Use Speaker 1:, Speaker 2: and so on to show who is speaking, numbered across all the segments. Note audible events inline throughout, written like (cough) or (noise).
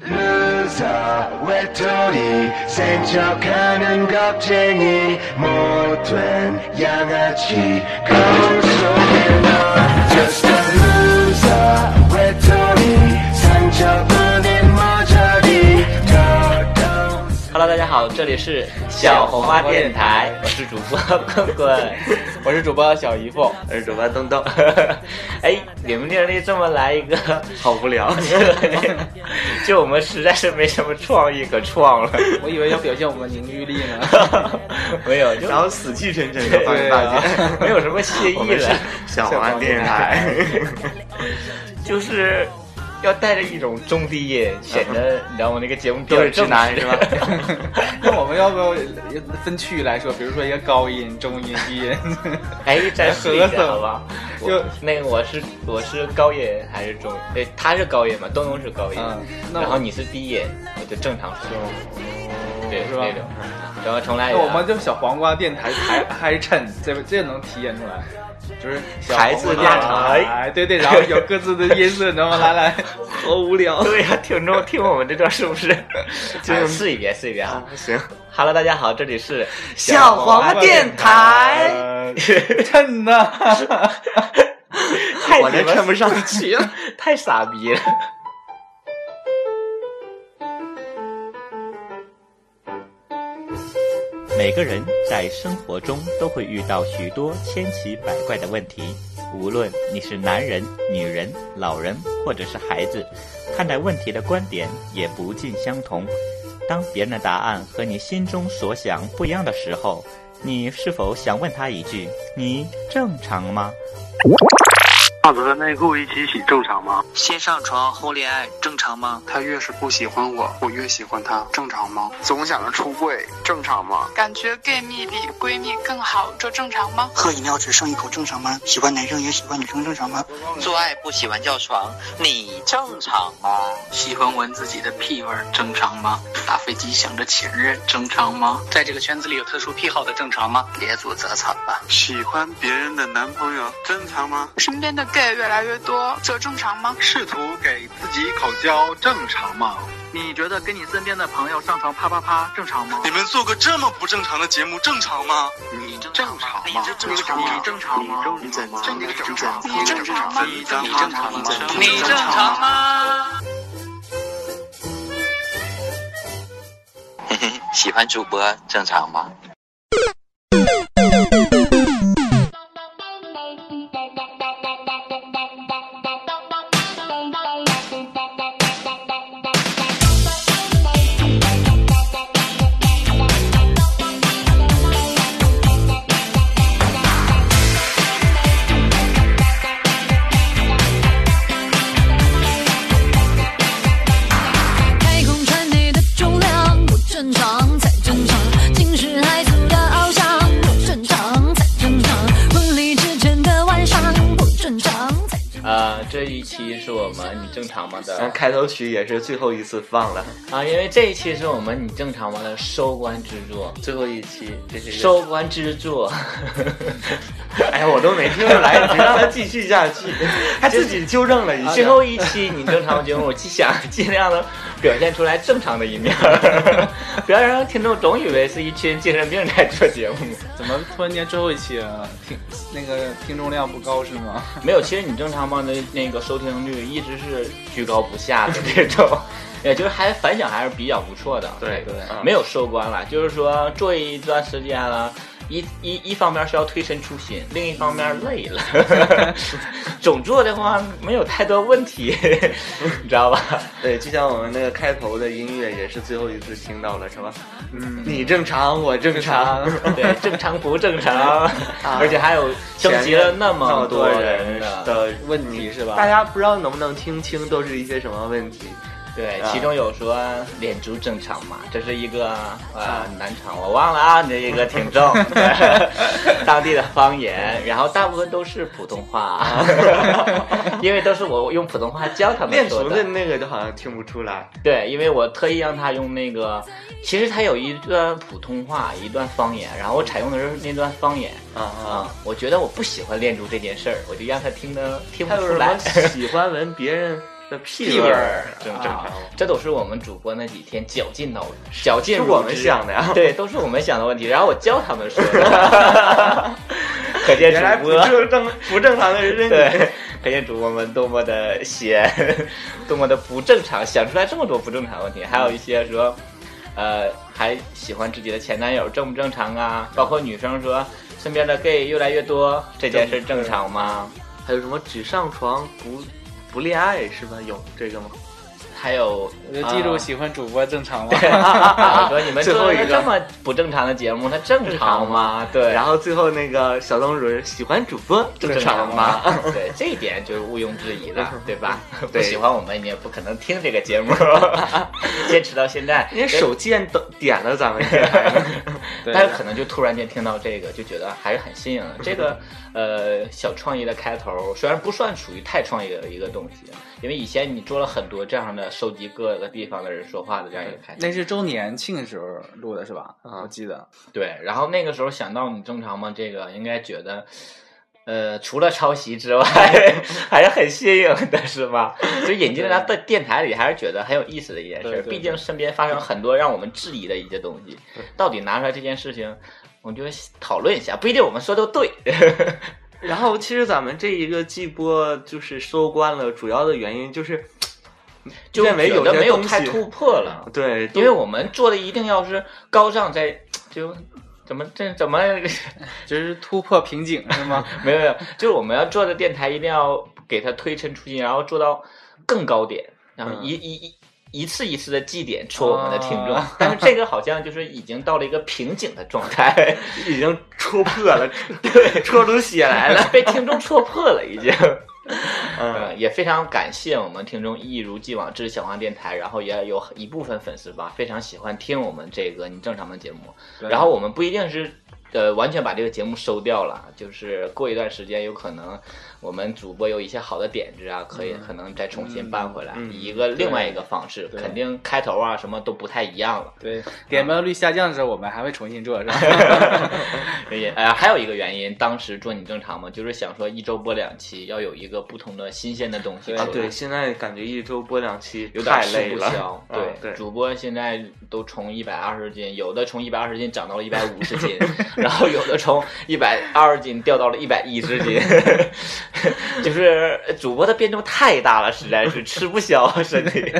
Speaker 1: 하면서 외톨이 센척하는 겁쟁이 못된 양아치 거울 속에 너 Just a loser 외톨이 상처뿐인 머저리 더더운
Speaker 2: Hello，大家好，这里是小红花电台，我是主播棍
Speaker 3: (laughs)
Speaker 2: 棍，
Speaker 4: 我是主播小姨夫，
Speaker 2: 我是主播东东。哎，你们这里这么来一个，
Speaker 3: 好无聊。
Speaker 2: (laughs) 就我们实在是没什么创意可创
Speaker 3: (laughs)
Speaker 2: 了。
Speaker 4: 我以为要表现我们凝聚力 (laughs) 呢。
Speaker 2: 没有，就
Speaker 3: 然后死气沉沉的，发现大
Speaker 4: 对
Speaker 3: 家
Speaker 4: 啊
Speaker 2: 没有什么谢
Speaker 3: 我
Speaker 2: 意
Speaker 3: 们是
Speaker 2: 了，
Speaker 3: 小安电台，
Speaker 2: (laughs) 就是要带着一种中低音，显
Speaker 3: (laughs)
Speaker 2: 得你知道吗？那个节目比较
Speaker 3: 都是直男
Speaker 2: 正
Speaker 3: 是
Speaker 2: 式
Speaker 3: 吧
Speaker 2: (laughs)
Speaker 4: 那我们要不要分区来说？比如说一个高音、中音、低 (laughs) 音，
Speaker 2: 哎，再试一
Speaker 4: 合
Speaker 2: 下
Speaker 4: 适
Speaker 2: 好吧？我
Speaker 4: 就
Speaker 2: 那个我是我是高音还是中？哎，他是高音嘛，东东是高音，
Speaker 4: 嗯那我
Speaker 2: 然后你是低音，我就正常说，对，
Speaker 4: 是吧
Speaker 2: 那种。然后重来一
Speaker 4: 那
Speaker 2: 遍啊，
Speaker 4: 我们就小黄瓜电台还还衬，这这能体现出来，就是小
Speaker 2: 孩子
Speaker 4: 黄瓜
Speaker 2: 电
Speaker 4: 电
Speaker 2: 台
Speaker 4: 台，对对，然后有各自的音色，你知道吗？来来，
Speaker 3: 好无聊。
Speaker 2: 对呀，听众听我们这段是不是？
Speaker 3: 就
Speaker 2: 哎试一遍，试一遍啊
Speaker 3: 啊行，
Speaker 2: ！Hello，大家好，这里是
Speaker 3: (laughs) 小黄瓜电台
Speaker 4: 呃衬呢？
Speaker 5: (laughs)
Speaker 2: 太
Speaker 3: 我这
Speaker 2: 鸡巴
Speaker 3: 看不上去 (laughs) 了。
Speaker 2: 太傻逼了。
Speaker 6: 每个人在生活中都会遇到许多千奇百怪的问题，无论你是男人、女人、老人或者是孩子，看待问题的观点也不尽相同。当别人的答案和你心中所想不一样的时候，你是否想问他一句：“你正常吗？”
Speaker 5: 袜子和内裤一起洗正常吗？
Speaker 7: 先上床后恋爱正常吗？
Speaker 5: 他越是不喜欢我，我越喜欢他，正常吗？总想着出柜，正常吗？
Speaker 8: 感觉 gay 蜜比闺蜜更好，这正常吗？
Speaker 9: 喝饮料只剩一口正常吗？喜欢男生也喜欢女生正常吗？
Speaker 7: 做爱不洗完叫床，你正常吗？喜欢闻自己的屁味儿正常吗？打飞机想着前任正常吗？在这个圈子里有特殊癖好的正常吗？别阻则惨吧。
Speaker 5: 喜欢别人的男朋友正常吗？
Speaker 8: 身边的 gay 越来越多，这正常吗？
Speaker 5: 试图给自己口交正常吗？
Speaker 7: 你觉得跟你身边的朋友上床啪啪啪正常吗？
Speaker 5: 你们做个这么不正常的节目正常吗？你正常吗？
Speaker 7: 你正常吗
Speaker 5: 你正常吗？你正常吗？你正常吗？
Speaker 8: 你正常吗
Speaker 5: 你正常吗？
Speaker 7: 你正常吗？喜欢主播正常吗？
Speaker 10: 太空船内的重量不正常才正常，进食孩子的翱翔不正常才正常，婚礼之前的晚上不正常才正
Speaker 2: 呃，这一期是我们你正常吗
Speaker 3: 然后
Speaker 2: 的
Speaker 3: 嗯开头曲也是最后一次放了，
Speaker 2: 啊，因为这一期是我们你正常吗的收官之作，
Speaker 3: 最后一期这是一个。
Speaker 2: 收官之作。
Speaker 3: (laughs) 哎呀，我都没听出来，你让他继续下
Speaker 2: (laughs)
Speaker 3: 去，他自己纠正了一下。
Speaker 2: 最后一期你正常吗节目，我既想尽量的表现出来正常的一
Speaker 3: (laughs)
Speaker 2: 面儿，不要让听众总以为是一群精神病在做节目。
Speaker 4: 怎么突然间最后一期啊？听那个听众量不高是吗？
Speaker 2: 没有，其实你正常吗的那个收听率一直是居高不下的这
Speaker 3: (laughs)
Speaker 2: 种，也就是还反响还是比较不错的。
Speaker 3: 对
Speaker 2: 对
Speaker 3: 嗯
Speaker 2: 没有收官了，就是说做一段时间了。一一一方面是要推陈出新，另一方
Speaker 3: 嗯
Speaker 2: 面累了。 (laughs) 总做的话没有太多问题，你知道吧？
Speaker 3: 对，就像我们那个开头的音乐也是最后一次听到了，是吧？嗯，你正常，我正 (laughs) 常。
Speaker 2: 对，正常不正常，
Speaker 3: 啊
Speaker 2: 而且还有征集了那么
Speaker 3: 多
Speaker 2: 人
Speaker 3: 人
Speaker 2: 的，
Speaker 3: 的
Speaker 4: 问题是吧
Speaker 3: 大家不知道能不能听清，都是一些什么问题？
Speaker 2: 对，
Speaker 3: 啊
Speaker 2: 其中有说脸足正常嘛，这是一个呃南昌，我忘了啊，你这一个听
Speaker 3: (laughs)
Speaker 2: 众，对当地的方言，然后大部分都是普通话，
Speaker 3: 啊
Speaker 2: (laughs) 因为都是我用普通话教他
Speaker 3: 练
Speaker 2: 们说
Speaker 3: 足的
Speaker 2: 的。
Speaker 3: 那个就好像听不出来，
Speaker 2: 对，因为我特意让他用那个，其实他有一段普通话，一段方言，然后我采用的是那段方言。
Speaker 3: 啊啊！
Speaker 2: 啊，我觉得我不喜欢练足这件事儿，我就让他听得听不
Speaker 3: 还有
Speaker 2: 出
Speaker 3: 什
Speaker 2: 来
Speaker 3: 么。喜欢闻别人
Speaker 2: 这屁
Speaker 3: 屁
Speaker 2: 味
Speaker 3: 味
Speaker 2: 儿哦
Speaker 3: 儿
Speaker 2: 正正常
Speaker 3: 啊，
Speaker 2: 这都是我们主播那几天绞尽脑绞尽
Speaker 3: 是
Speaker 2: 如
Speaker 3: 我们
Speaker 2: 汁
Speaker 3: 想的呀
Speaker 2: (laughs) 对，都是我们想的问题，然后我教他们说的， (laughs) 可见
Speaker 3: 原来
Speaker 2: 主
Speaker 3: 不
Speaker 2: 播
Speaker 3: 正正不正常的人， (laughs)
Speaker 2: 对，可见主播们多么的闲， (laughs) 多么的不正常，想出来这么多不正常问题，还有一些说，呃，还喜欢自己的前男友正不正常啊？包括女生说身边的 gay 越来越多，这件事正常吗？
Speaker 3: 还有什么只上床不不恋爱是吧？有这个吗？
Speaker 2: 还有，
Speaker 4: 我就记住
Speaker 2: 啊
Speaker 4: 喜欢主播正常吗？
Speaker 3: (laughs)
Speaker 2: 我说你们
Speaker 3: 最
Speaker 2: 做
Speaker 3: 后
Speaker 2: 了
Speaker 3: 一个
Speaker 2: 这么不正常的节目，它正常
Speaker 3: (laughs)
Speaker 2: 吗？对，
Speaker 3: 然后最后那个小灯轮喜欢主播
Speaker 2: 正
Speaker 3: 正常
Speaker 2: 吗
Speaker 3: 吗？？
Speaker 2: (laughs) 对，这一点就是毋庸置疑
Speaker 3: (laughs)
Speaker 2: 了，对吧？不
Speaker 3: 对
Speaker 2: 喜欢我们，你也不可能听这个节
Speaker 3: (laughs)
Speaker 2: 目，坚持到现在，
Speaker 3: 人家手贱都点了咱们 (laughs) 电台呢
Speaker 4: 对
Speaker 2: 但是可能就突然间听到这个，就觉得还是很新颖的。这
Speaker 3: (laughs)
Speaker 2: 个呃小创意的开头，虽然不算属于太创意的一个东西，因为以前你做了很多这样的收集各个地方的人说话的这样一个开头。
Speaker 4: 那是周年庆的时候录的是吧？
Speaker 3: 啊
Speaker 4: 我记得
Speaker 2: 对，然后那个时候想到你正常吗？这个应该觉得。呃，除了抄袭之外， (laughs) 还是很新颖的，是吧？就引进到在电台里，还是觉得很有意思的一件
Speaker 4: 对
Speaker 2: 事。
Speaker 4: 对
Speaker 2: 毕竟身边发生很多让我们质疑的一些东西，到底拿出来这件事情，我们就讨论一下，不一定我们说的对。
Speaker 3: 然后其实咱们这一个季播就是收官了，主要的原因就是
Speaker 2: (laughs) 就
Speaker 3: 认为
Speaker 2: 觉
Speaker 3: 有
Speaker 2: 得
Speaker 3: 些
Speaker 2: 没有
Speaker 3: 东西
Speaker 2: 太突破了，
Speaker 3: 对，
Speaker 2: 因为
Speaker 3: (laughs)
Speaker 2: 我们做的一定要是高尚在，就怎么这怎么
Speaker 4: 就是突破瓶颈是吗？
Speaker 2: (laughs) 没有没有，就是我们要做的电台一定要给它推陈出新，然后做到更高点，然后一、一一。一次一次的祭点戳我们的听众，
Speaker 4: 啊
Speaker 2: 但是这个好像就是已经到了一个瓶颈的状态，
Speaker 3: (laughs) 已经戳破了，对，戳出血来
Speaker 2: (laughs)
Speaker 3: 了。
Speaker 2: 被听众戳破了，已 (laughs) 经。
Speaker 3: 嗯，
Speaker 2: 嗯，也非常感谢我们听众一如既往支持小黄电台，然后也有一部分粉丝吧，非常喜欢听我们这个你正常的节目。
Speaker 4: 对
Speaker 2: 然后我们不一定是呃完全把这个节目收掉了，就是过一段时间有可能我们主播有一些好的点子啊，可以、可能再重新搬回来，
Speaker 3: 嗯
Speaker 2: 以一个另外一个方式，
Speaker 4: 对
Speaker 2: 肯定开头啊什么都不太一样了。
Speaker 4: (laughs) 对，
Speaker 3: 啊
Speaker 4: 点播率下降的时候，我们还会重新做是吧？
Speaker 2: 也呃，还有一个原因，当时做你正常吗？就是想说一周播两期，要有一个不同的新鲜的东西
Speaker 3: 啊，
Speaker 2: 出来
Speaker 3: 对，现在感觉一周播两期
Speaker 2: 有点
Speaker 3: 太
Speaker 2: 吃
Speaker 3: 累
Speaker 2: 不
Speaker 3: 了
Speaker 2: 消。。
Speaker 3: 嗯对，
Speaker 2: 主播现在都从一百二十斤，有的从一百二十斤涨到了一百五十斤， (laughs) 然后有的从一百二十斤掉到了一百一十斤， (laughs) 就是主播的变动太大了，实在是吃不消 (laughs) 身体，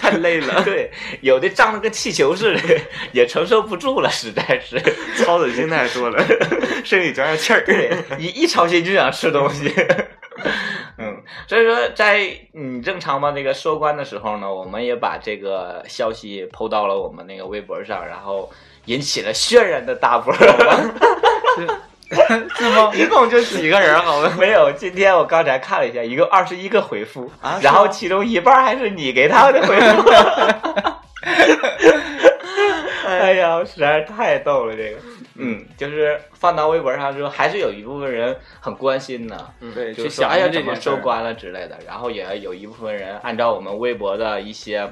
Speaker 2: 太累了。对，有的胀得跟气球似的， (laughs) 也承受不住了，实在是。 (laughs)
Speaker 3: 操子心太多了，身体长点气儿。
Speaker 2: 一一操心就想吃东西。嗯，所以说在你正常吗那个收官的时候呢，我们也把这个消息抛到了我们那个微博上，然后引起了轩然的大 (laughs) 波。
Speaker 4: 是吗？
Speaker 3: 一共就几个人，好吧？
Speaker 2: (laughs) 没有，今天我刚才看了一下，一共二十一个回复，
Speaker 3: 啊是
Speaker 2: 然后
Speaker 3: 吗
Speaker 2: 其中一半还是你给他们的回复。
Speaker 3: (laughs)
Speaker 2: 哎呀，实在是太逗了，这个，嗯，就是放到微博上之后，还是有一部分人很关心呢，
Speaker 3: 嗯
Speaker 4: 对，
Speaker 2: 就
Speaker 4: 去
Speaker 2: 想
Speaker 4: 想
Speaker 2: 哎呀
Speaker 4: 这
Speaker 2: 怎么
Speaker 4: 件事
Speaker 2: 收
Speaker 4: 儿
Speaker 2: 官了之类的，然后也有一部分人按照我们微博的一些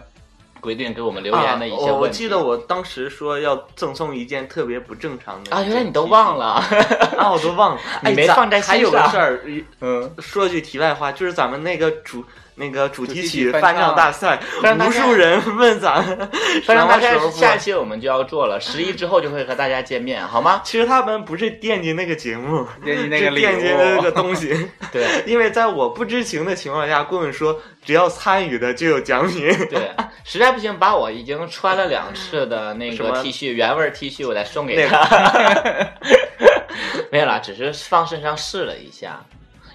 Speaker 2: 规定给我们留言的一些问题。
Speaker 3: 啊我我记得我当时说要赠送一件特别不正常的
Speaker 2: 啊，原来你都忘
Speaker 3: 了
Speaker 2: 了，
Speaker 4: (laughs)
Speaker 3: 啊，我都
Speaker 7: (laughs)
Speaker 3: 忘了，
Speaker 2: 你
Speaker 3: 哎
Speaker 2: 没
Speaker 3: 咱
Speaker 2: 放在
Speaker 3: 还
Speaker 2: 心
Speaker 3: 有个
Speaker 2: 上
Speaker 3: 事儿，
Speaker 2: 嗯，
Speaker 3: 说句题外话，就是咱们那个主那个主题
Speaker 4: 主题
Speaker 3: 曲
Speaker 4: 曲
Speaker 3: 翻
Speaker 4: 翻唱
Speaker 3: 唱大赛
Speaker 2: 翻唱，大
Speaker 3: 无
Speaker 2: 赛
Speaker 3: 数人问咱们
Speaker 2: 反正大
Speaker 3: 什
Speaker 2: 概
Speaker 3: 么时候播
Speaker 2: 下一期我们就要做了，十一之后就会和大家见面，好
Speaker 3: (laughs)
Speaker 2: 吗？
Speaker 3: 其实他们不是惦记那个节目，
Speaker 4: 惦记那
Speaker 3: 是
Speaker 4: 个礼
Speaker 3: 惦记那个
Speaker 4: 物，
Speaker 3: 东西。 (laughs)
Speaker 2: 对，
Speaker 3: 因为在我不知情的情况下，棍棍说只要参与的就有奖品。
Speaker 2: 对， (laughs) 实在不行，把我已经穿了两次的那
Speaker 3: 什
Speaker 2: 个
Speaker 3: 么
Speaker 2: T 恤原味儿 T 恤，我再送给他。 (laughs) 没有啦，只是放身上试了一下，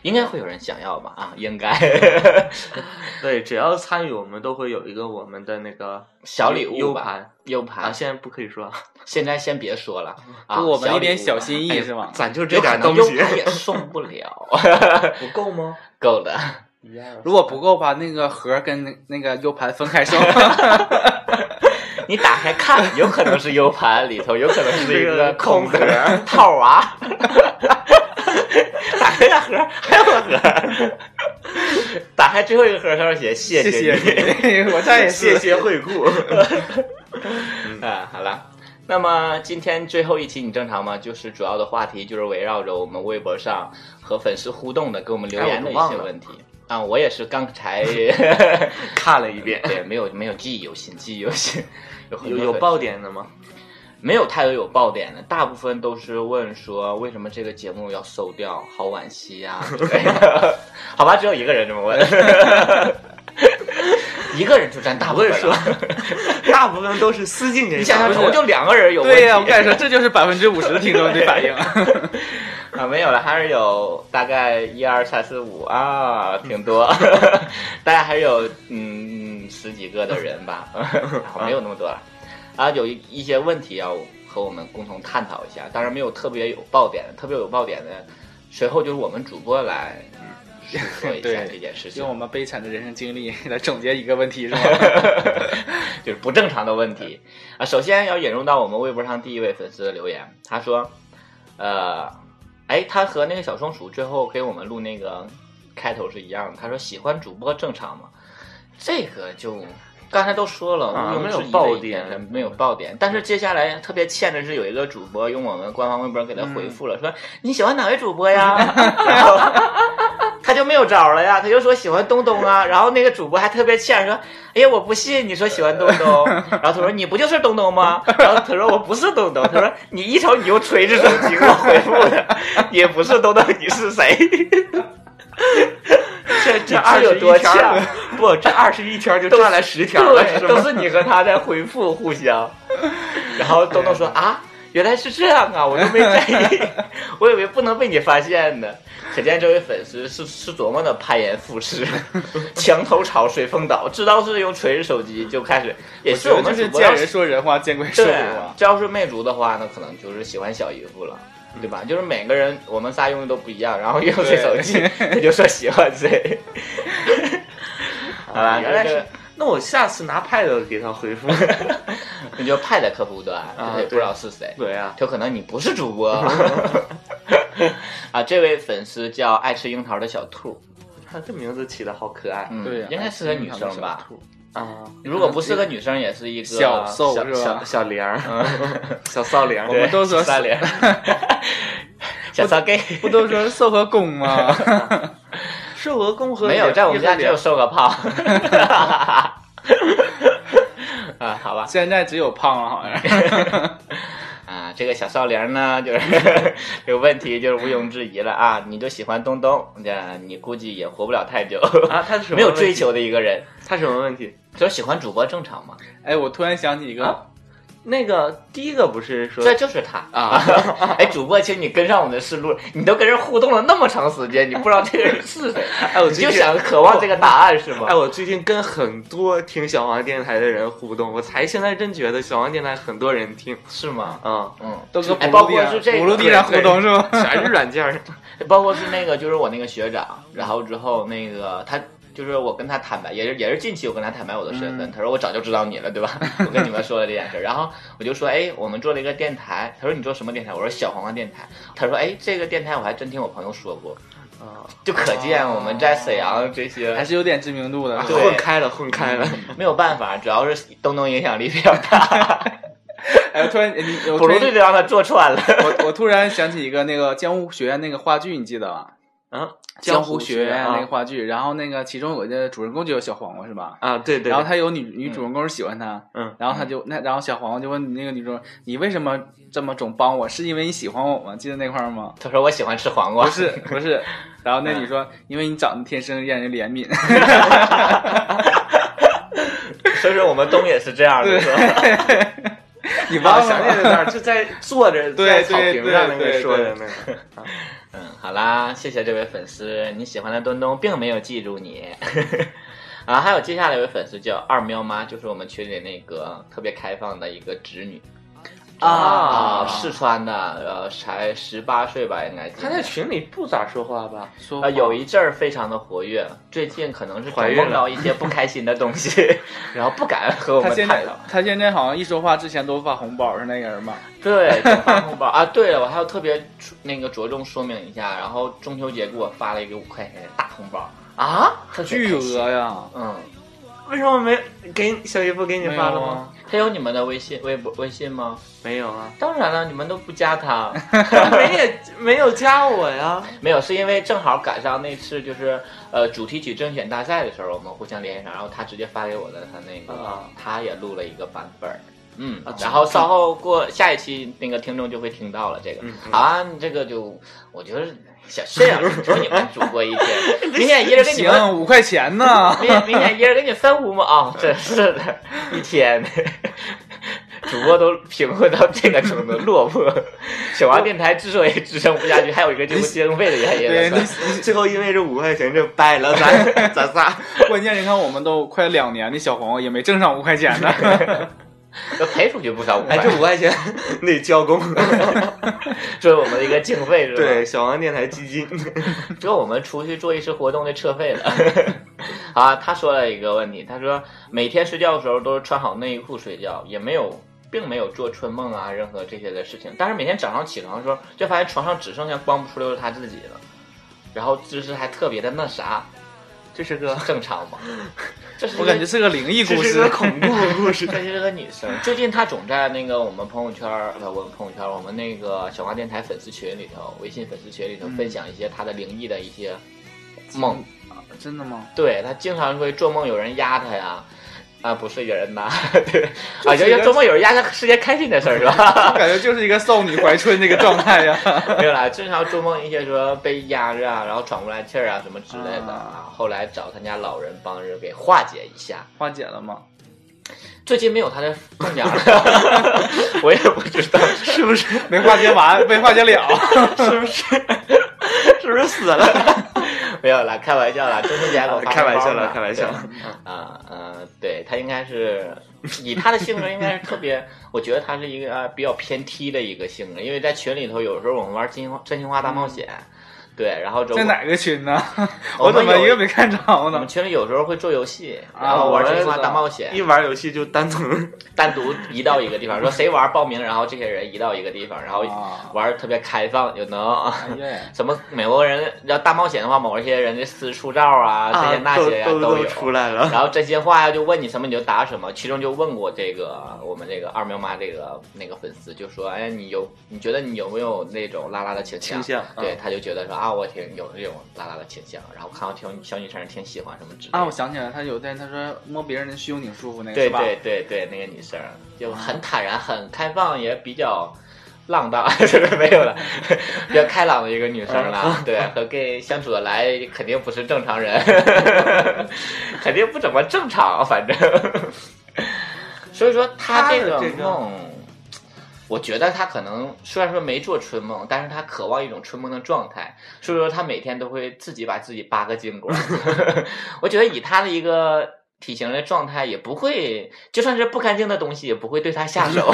Speaker 2: 应该会有人想要吧？啊，应该
Speaker 3: 对，只要参与，我们都会有一个我们的那个
Speaker 2: 小礼
Speaker 3: U
Speaker 2: 物吧
Speaker 3: 盘
Speaker 2: ，U
Speaker 3: 啊。
Speaker 2: 盘。
Speaker 3: 现在不可以说，
Speaker 2: 现在先别说了啊，
Speaker 4: 我们一点
Speaker 2: 礼物哎
Speaker 4: 小心翼翼是吗？
Speaker 3: 咱就
Speaker 2: 有
Speaker 3: 这
Speaker 2: 可
Speaker 3: 点
Speaker 2: 能
Speaker 3: 东
Speaker 2: 用
Speaker 3: 西
Speaker 2: 盘也送不了，
Speaker 3: 不够吗？
Speaker 2: (laughs) 够了。
Speaker 4: 如果不够，把那个盒儿跟那那个 U 盘分开
Speaker 3: (laughs)
Speaker 4: 收。
Speaker 2: (laughs) 你打开看，有可能是 U 盘里头，有可能是一个空
Speaker 3: 这个空
Speaker 2: 盒套娃。 (laughs) 打开那盒，还有个盒。打开最后一个盒，上面写谢
Speaker 4: 谢
Speaker 2: 谢
Speaker 4: 谢
Speaker 2: 你。
Speaker 4: 你， (laughs) 我再也是
Speaker 3: 谢谢惠顾。
Speaker 2: (laughs) 啊，好了。那么今天最后一期你正常吗？就是主哎要的话题就是围绕着我们微博上和粉丝互动的，给我们留言的一些问题。啊、我也是刚 (laughs) 才
Speaker 3: 看了一遍，
Speaker 2: 呃对，没有没有记忆犹新，记忆犹新，有很
Speaker 3: 有
Speaker 2: 多
Speaker 3: 有
Speaker 2: 很
Speaker 3: 爆点的吗？
Speaker 2: 没有太多有爆点的，大部分都是问说为什么这个节目要收掉，好惋惜呀、之类的 (laughs) 好吧，只有一个人这么问， (laughs) 一个人就占大部分
Speaker 3: 不
Speaker 2: 了。
Speaker 3: 大部分都是私
Speaker 4: (laughs)
Speaker 3: 信人，
Speaker 2: (laughs) 你想想，总共就两个人有问题。
Speaker 4: 对呀、我跟你说，这就是百分之五十的听众的反应。
Speaker 2: (laughs) 啊，没有了，还是有大概一二三四五啊，挺
Speaker 4: (laughs)
Speaker 2: 多，大概还是有嗯十几个的人
Speaker 4: (laughs)
Speaker 2: 吧，啊没有那么多了。啊，有一一些问题要和我们共同探讨一下，当然没有特别有爆点的，特别有爆点的，随后就是我们主播来述说一下
Speaker 4: (laughs) 对
Speaker 2: 这件事情
Speaker 4: 用我，们悲惨的人生经历来总结一个问题是吗？
Speaker 2: (laughs) 就是不正常的问题啊。首先要引用到我们微博上第一位粉丝的留言，他说，呃，哎，他和那个小松鼠最后给我们录那个开头是一样的。他说喜欢主播正常吗？这个就刚才都说了，
Speaker 3: 啊
Speaker 2: 毋庸
Speaker 3: 没有
Speaker 2: 置疑的
Speaker 3: 爆
Speaker 2: 一
Speaker 3: 点
Speaker 2: 点没有爆点。但是接下来特别欠的是有一个主播用我们官方微博给他
Speaker 3: 嗯
Speaker 2: 回复了，说你喜欢哪位主播呀？ (laughs) 然后他就没有招了呀，他就说喜欢东东啊。然后那个主播还特别欠说，哎呀我不信你说喜欢东
Speaker 3: (laughs)
Speaker 2: 东。然后他说你不就是东东吗？然后他说我不是东东。他说你一瞅你又锤着手机给我回复
Speaker 3: (laughs)
Speaker 2: 的，也不是东东，你是谁？这这
Speaker 3: 二
Speaker 2: 有
Speaker 3: 十
Speaker 2: 多
Speaker 3: 一条
Speaker 2: 欠？
Speaker 3: 儿，啊不，这二十一条儿就赚来十条了，
Speaker 2: 啊对，
Speaker 3: 是
Speaker 2: 都
Speaker 3: 吗？
Speaker 2: 是你和他在回复互相。然后东东
Speaker 3: (laughs)
Speaker 2: 说啊，原来是这样啊，我都没在意，我以为不能被你发现呢。可见这位粉丝是是多么的攀岩附势，墙头草随风倒，知道是用锤子手机就开始，也是我们
Speaker 4: 就是
Speaker 2: 主播要
Speaker 4: 见人啊说人话，见鬼说
Speaker 2: 对啊
Speaker 4: 鬼话，。
Speaker 2: 这要是魅族的话，那可能就是喜欢小姨夫了。对吧？就是每个人我们仨用的都不一样，然后用这手机，他就说喜欢谁。好吧，
Speaker 3: 原来
Speaker 2: 这个
Speaker 3: 是。那我下次拿 pad 给他回复。
Speaker 2: (laughs) 你就派在客户端，就是也不知道是谁，
Speaker 3: 对啊， (laughs)
Speaker 2: 就可能你不是主
Speaker 4: (laughs)
Speaker 2: 播。啊，这位粉丝叫爱吃樱桃的小兔，
Speaker 3: 他这名字起的好可爱
Speaker 2: 嗯，
Speaker 4: 对呀
Speaker 2: 应该是个女生吧？
Speaker 3: 啊！
Speaker 2: 如果不是个女生，也是一个
Speaker 4: 小瘦
Speaker 2: 小
Speaker 4: 是
Speaker 3: 小
Speaker 4: 吧？
Speaker 3: 小玲儿，
Speaker 4: (laughs)
Speaker 3: 小骚玲儿，
Speaker 4: 我们都说
Speaker 2: 三
Speaker 4: (laughs)
Speaker 2: 连，小骚 gay
Speaker 4: 不都说瘦和公吗？
Speaker 3: 是俄共和
Speaker 2: 没有，
Speaker 3: 联
Speaker 2: 在我们家只有
Speaker 3: 联
Speaker 2: 瘦个
Speaker 4: (laughs)
Speaker 2: 胖。 (laughs) 啊，好
Speaker 4: (laughs)
Speaker 2: 吧，
Speaker 4: 现在只有胖了，好像。
Speaker 2: 啊，这个小少玲呢，就是 (laughs) 这个问题就是毋庸置疑了啊！你就喜欢东东，这你估计也活不了太久
Speaker 3: 啊，他是什么
Speaker 2: 没有
Speaker 3: 问题
Speaker 2: 追，求的一个人，
Speaker 3: 他什么问题？
Speaker 2: 就是喜欢主播正常嘛？
Speaker 4: 哎，我突然想起一个，
Speaker 3: 啊那个第一个不是说
Speaker 2: 这就是他啊！ (laughs) 哎，主播，请你跟上我们的思路，你都跟人互动了那么长时间，你不知道这个人是谁，
Speaker 3: (laughs) 哎，我
Speaker 2: 你
Speaker 3: 最
Speaker 2: 就
Speaker 3: 近
Speaker 2: 想渴望这个答案是吗
Speaker 3: 哎，？我最近跟很多听小黄电台的人互动，我才现在真觉得小黄电台很多人听
Speaker 2: 是吗？
Speaker 3: 啊，
Speaker 2: 嗯，
Speaker 4: 都搁
Speaker 2: 哎
Speaker 4: 补
Speaker 2: 包
Speaker 4: 录
Speaker 2: 括
Speaker 4: 地上
Speaker 2: 是这个
Speaker 4: 补录地上互动是吗？
Speaker 3: 全是软件儿。
Speaker 2: (laughs) 包括是那个，就是我那个学长，然后之后那个他，就是我跟他坦白，也是也是近期我跟他坦白我的身
Speaker 4: 嗯
Speaker 2: 份，他说我早就知道你了，对吧？ (laughs) 我跟你们说了这件事，然后我就说，哎，我们做了一个电台，他说你做什么电台？我说小黄瓜电台，他说，哎，这个电台我还真听我朋友说过，
Speaker 3: 啊，
Speaker 2: 就可见我们在沈阳这些
Speaker 4: 哦还是有点知名度的。
Speaker 2: 啊对
Speaker 3: 混开了，混开了。
Speaker 2: 没有办法，主要是东东影响力比较大，
Speaker 4: 哎，我突然你 (laughs) 我
Speaker 2: 不
Speaker 4: 突
Speaker 2: 如就
Speaker 4: 然
Speaker 2: 让他坐穿了。
Speaker 4: (laughs) 我我突然想起一个那个江湖学院那个话剧，你记得吧？
Speaker 3: 啊，
Speaker 4: 江湖学院那个
Speaker 3: 啊
Speaker 4: 话剧，然后那个其中有一个主人公就有小黄瓜是吧？
Speaker 3: 啊，对对，
Speaker 4: 然后他有女
Speaker 2: 嗯
Speaker 4: 女主人公喜欢他，
Speaker 3: 嗯，
Speaker 4: 然后他就那，然后小黄瓜就问那个女主，你为什么这么总帮我？是因为你喜欢我吗？记得那块儿吗？
Speaker 2: 他说我喜欢吃黄瓜，嗯
Speaker 4: 不是不
Speaker 2: (laughs)
Speaker 4: 是，然后那女说，因为你长得天生让人怜悯，
Speaker 2: 所以说我们东也是这样的，是吧
Speaker 3: (laughs)
Speaker 4: 你
Speaker 3: 啊，
Speaker 4: 忘
Speaker 3: 想起
Speaker 4: 了？
Speaker 3: 来那儿就在坐着，在
Speaker 4: 对
Speaker 3: 草
Speaker 4: 对
Speaker 3: 坪上那
Speaker 4: 对
Speaker 3: 个
Speaker 4: 对
Speaker 3: 说
Speaker 4: 对
Speaker 3: 的那个。
Speaker 2: 嗯，好啦，谢谢这位粉丝，你喜欢的东东并没有记住你。 (laughs) 啊，还有接下来一位粉丝叫二喵妈，就是我们群里那个特别开放的一个侄女啊，四川的，呃，才十八岁吧，应该今
Speaker 3: 他
Speaker 2: 年。
Speaker 3: 在群里不咋说话吧？
Speaker 4: 说
Speaker 2: 啊，有一阵儿非常的活跃，最近可能是
Speaker 3: 怀孕
Speaker 2: 总碰
Speaker 3: 了
Speaker 2: 到一些不开心的东西， (laughs) 然后不敢和我
Speaker 4: 他
Speaker 2: 们
Speaker 4: 现
Speaker 2: 探
Speaker 4: 在
Speaker 2: 讨。
Speaker 4: 他现在好像一说话之前都发红包是那个人嘛？
Speaker 2: (laughs) 对，就发红包啊！对了，我还要特别出那个着重说明一下，然后中秋节给我发了一个五块钱的大红包啊，特别
Speaker 4: 巨
Speaker 2: 开心
Speaker 4: 额呀！
Speaker 2: 嗯，
Speaker 3: 为什么没给你小姨不给你发了吗？
Speaker 2: 他有你们的微信、微博、微信吗？
Speaker 3: 没有啊，
Speaker 2: 当然了，你们都不加他，
Speaker 3: (laughs) 没也没有加我呀。
Speaker 2: 没有，是因为正好赶上那次就是呃主题曲甄选大赛的时候，我们互相联系上，然后他直接发给我的他那个，
Speaker 3: 啊
Speaker 2: 他也录了一个版本儿。嗯，
Speaker 4: 啊
Speaker 2: 然后稍后过下一期那个听众就会听到了这
Speaker 4: 嗯
Speaker 2: 个。好啊，你这个就我觉得小这样说你们主播一
Speaker 4: (laughs)
Speaker 2: 天，明天一人给你们
Speaker 4: 行，五块钱呢。
Speaker 2: 明明天一人给你分五毛，啊，真是的，一天， (laughs) 主播都贫困到这个程度，落魄。小王电台之所以支撑不下去，还有一个就是经费的原因。
Speaker 4: 对你，
Speaker 3: (laughs) 最后因为这五块钱就掰了 (laughs) 咱咱仨。
Speaker 4: (laughs) 关键你看，我们都快两年的小黄也没挣上五块钱呢。
Speaker 2: (laughs) 都赔出去不少五
Speaker 3: 哎，
Speaker 2: 百，
Speaker 3: 这五块钱 (laughs) 得交 (laughs) 工。
Speaker 2: 作为我们的一个经费是吧？
Speaker 3: 对，，小王电台基金。
Speaker 2: 这我们出去做一次活动的车费了。 (laughs) 啊，他说了一个问题，他说每天睡觉的时候都是穿好内衣裤睡觉，也没有，并没有做春梦啊，任何这些的事情。但是每天早上起床的时候，就发现床上只剩下光不出溜的他自己了，然后姿势还特别的那啥，
Speaker 3: 这是个，
Speaker 2: 正常吗？ (laughs) 这是一
Speaker 4: 我
Speaker 2: 个
Speaker 4: 感觉是个灵异
Speaker 3: 这
Speaker 4: 故
Speaker 3: 是
Speaker 4: 事
Speaker 3: 个。恐怖的故
Speaker 2: (laughs)
Speaker 3: 事。
Speaker 2: 这就是个女生。最近她总在那个我们朋友圈儿，呃，我们朋友圈儿，我们那个小花电台粉丝群里头，微信粉丝群里
Speaker 4: 嗯
Speaker 2: 头分享一些她的灵异的一些梦。
Speaker 4: (laughs) 真的吗？
Speaker 2: 对她经常会做梦有人压她呀，啊，不是有人
Speaker 4: (laughs)
Speaker 2: 呐，对，啊，
Speaker 4: 这
Speaker 2: 就是
Speaker 4: 一个
Speaker 2: 是做梦有人压她是件开心的事儿是吧？ (laughs)
Speaker 4: 感觉就是一个少女怀春这个状态呀。
Speaker 2: 没有啦，经常做梦一些说被压着啊，然后喘不过来气儿啊什么之类的啊
Speaker 4: 啊。
Speaker 2: 后来找他家老人帮着给化解一下。
Speaker 4: 化解了吗？
Speaker 2: 最近没有他的动静了， (laughs) 我也不知
Speaker 4: (laughs)
Speaker 2: 道是不是。
Speaker 4: 没化解完，没化解了。
Speaker 2: (laughs)
Speaker 3: 是不是？ (laughs) 是不是死了？啊
Speaker 2: 没有啦，开玩笑啦，中秋节还给我发
Speaker 3: 开玩笑
Speaker 2: 红包
Speaker 3: 了，
Speaker 2: 呢
Speaker 3: 开玩笑。
Speaker 2: 对啊，呃，对他应该是以他的性格，应该是特别， (laughs) 我觉得他是一个呃比较偏 T 的一个性格，因为在群里头有时候我们玩真心话真心话大冒险，
Speaker 3: 嗯
Speaker 2: 对，然后就
Speaker 4: 在哪个群呢？
Speaker 2: 我
Speaker 4: 我
Speaker 2: 们
Speaker 4: 怎
Speaker 2: 有
Speaker 4: 么一个没看着
Speaker 2: 我
Speaker 4: 呢
Speaker 2: 们？群里有时候会做游戏，
Speaker 4: 啊
Speaker 2: 然后玩真心话
Speaker 4: 我知道
Speaker 2: 大冒险
Speaker 3: 一，玩游戏就单独
Speaker 2: 单独移到一个地方，说谁玩报名，然后这些人移到一个地方，然后
Speaker 4: 啊
Speaker 2: 玩儿特别开放，有能啊
Speaker 4: 哎呀，
Speaker 2: 什么美国人要大冒险的话，某一些人的私处照啊，这些那
Speaker 3: 都
Speaker 2: 些呀、
Speaker 3: 都
Speaker 2: 有。
Speaker 3: 出来了。
Speaker 2: 然后这些话呀，就问你什么你就答什么。其中就问过这个我们这个二喵妈这个那个粉丝，就说：“哎，你有你觉得你有没有那种拉拉的倾向？”
Speaker 3: 倾向嗯
Speaker 2: 对，他就觉得说啊，我挺有这种拉拉的倾向。然后看到挺小女生挺喜欢什么之类的。
Speaker 4: 啊，我想起来，他有的人他说摸别人的胸挺舒服，那个
Speaker 2: 对
Speaker 4: 是吧？
Speaker 2: 对对对，那个女生就很坦然、很开放，也比较浪荡， (laughs) 没有了，比较开朗的一个女生
Speaker 4: 嗯
Speaker 2: 啦。对，和 gay 相处的来，肯定不是正常人， (laughs) 肯定不怎么正常，反正。 (laughs) 所以说，她这个
Speaker 3: 她的这个
Speaker 2: 梦，我觉得她可能虽然说没做春梦，但是她渴望一种春梦的状态，所以说她每天都会自己把自己扒个精光。 (laughs) 我觉得以她的一个体型的状态，也不会就算是不干净的东西，也不会对她下
Speaker 4: (laughs)
Speaker 2: 手，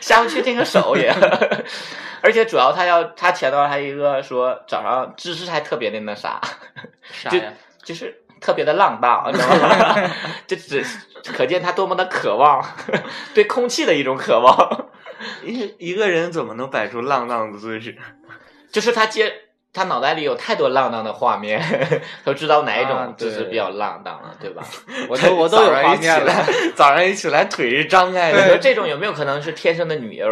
Speaker 2: 下不去这个手也。 (laughs) 而且主要她要，她前段还有一个说早上姿势还特别的那啥，
Speaker 4: 啥
Speaker 2: 就
Speaker 4: 呀？
Speaker 2: 就是特别的浪荡，你知道吗？ (laughs) 就只可见他多么的渴望，对空气的一种渴望，
Speaker 3: 一一个人怎么能摆出浪荡的姿势？ (laughs)
Speaker 2: 就是他接他脑袋里有太多浪荡的画面， (laughs) 都知道哪一种
Speaker 4: 啊对
Speaker 2: 就是比较浪荡了，对吧？
Speaker 4: 我都我都有
Speaker 3: 早上
Speaker 4: 画
Speaker 3: 一起
Speaker 4: 面了
Speaker 3: 来。，早上一起来腿是张开
Speaker 2: 我觉得
Speaker 3: 的，
Speaker 2: 这种有没有可能是天生的女优？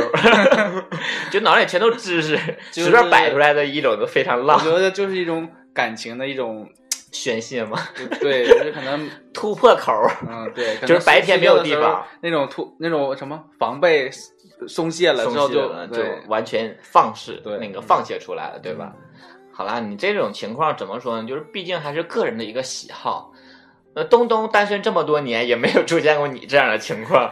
Speaker 2: (laughs) 就脑袋里全都知识，随
Speaker 4: 就是
Speaker 2: 便摆出来的一种都非常
Speaker 4: 我
Speaker 2: 浪，
Speaker 4: 觉得就是一种感情的一种，
Speaker 2: 宣泄嘛，
Speaker 4: 就对，就是可能，
Speaker 2: 突破口。
Speaker 4: 嗯，对，可能
Speaker 2: 就是白天没有地方
Speaker 4: 睡觉的时候那种突那种什么防备松懈了之后
Speaker 2: 松懈
Speaker 4: 就
Speaker 2: 了就
Speaker 4: 对
Speaker 2: 完全放肆，
Speaker 4: 对嗯
Speaker 2: 那个放泄出来了，对吧？好啦，你这种情况怎么说呢？就是毕竟还是个人的一个喜好。那东东单身这么多年，也没有出现过你这样的情况，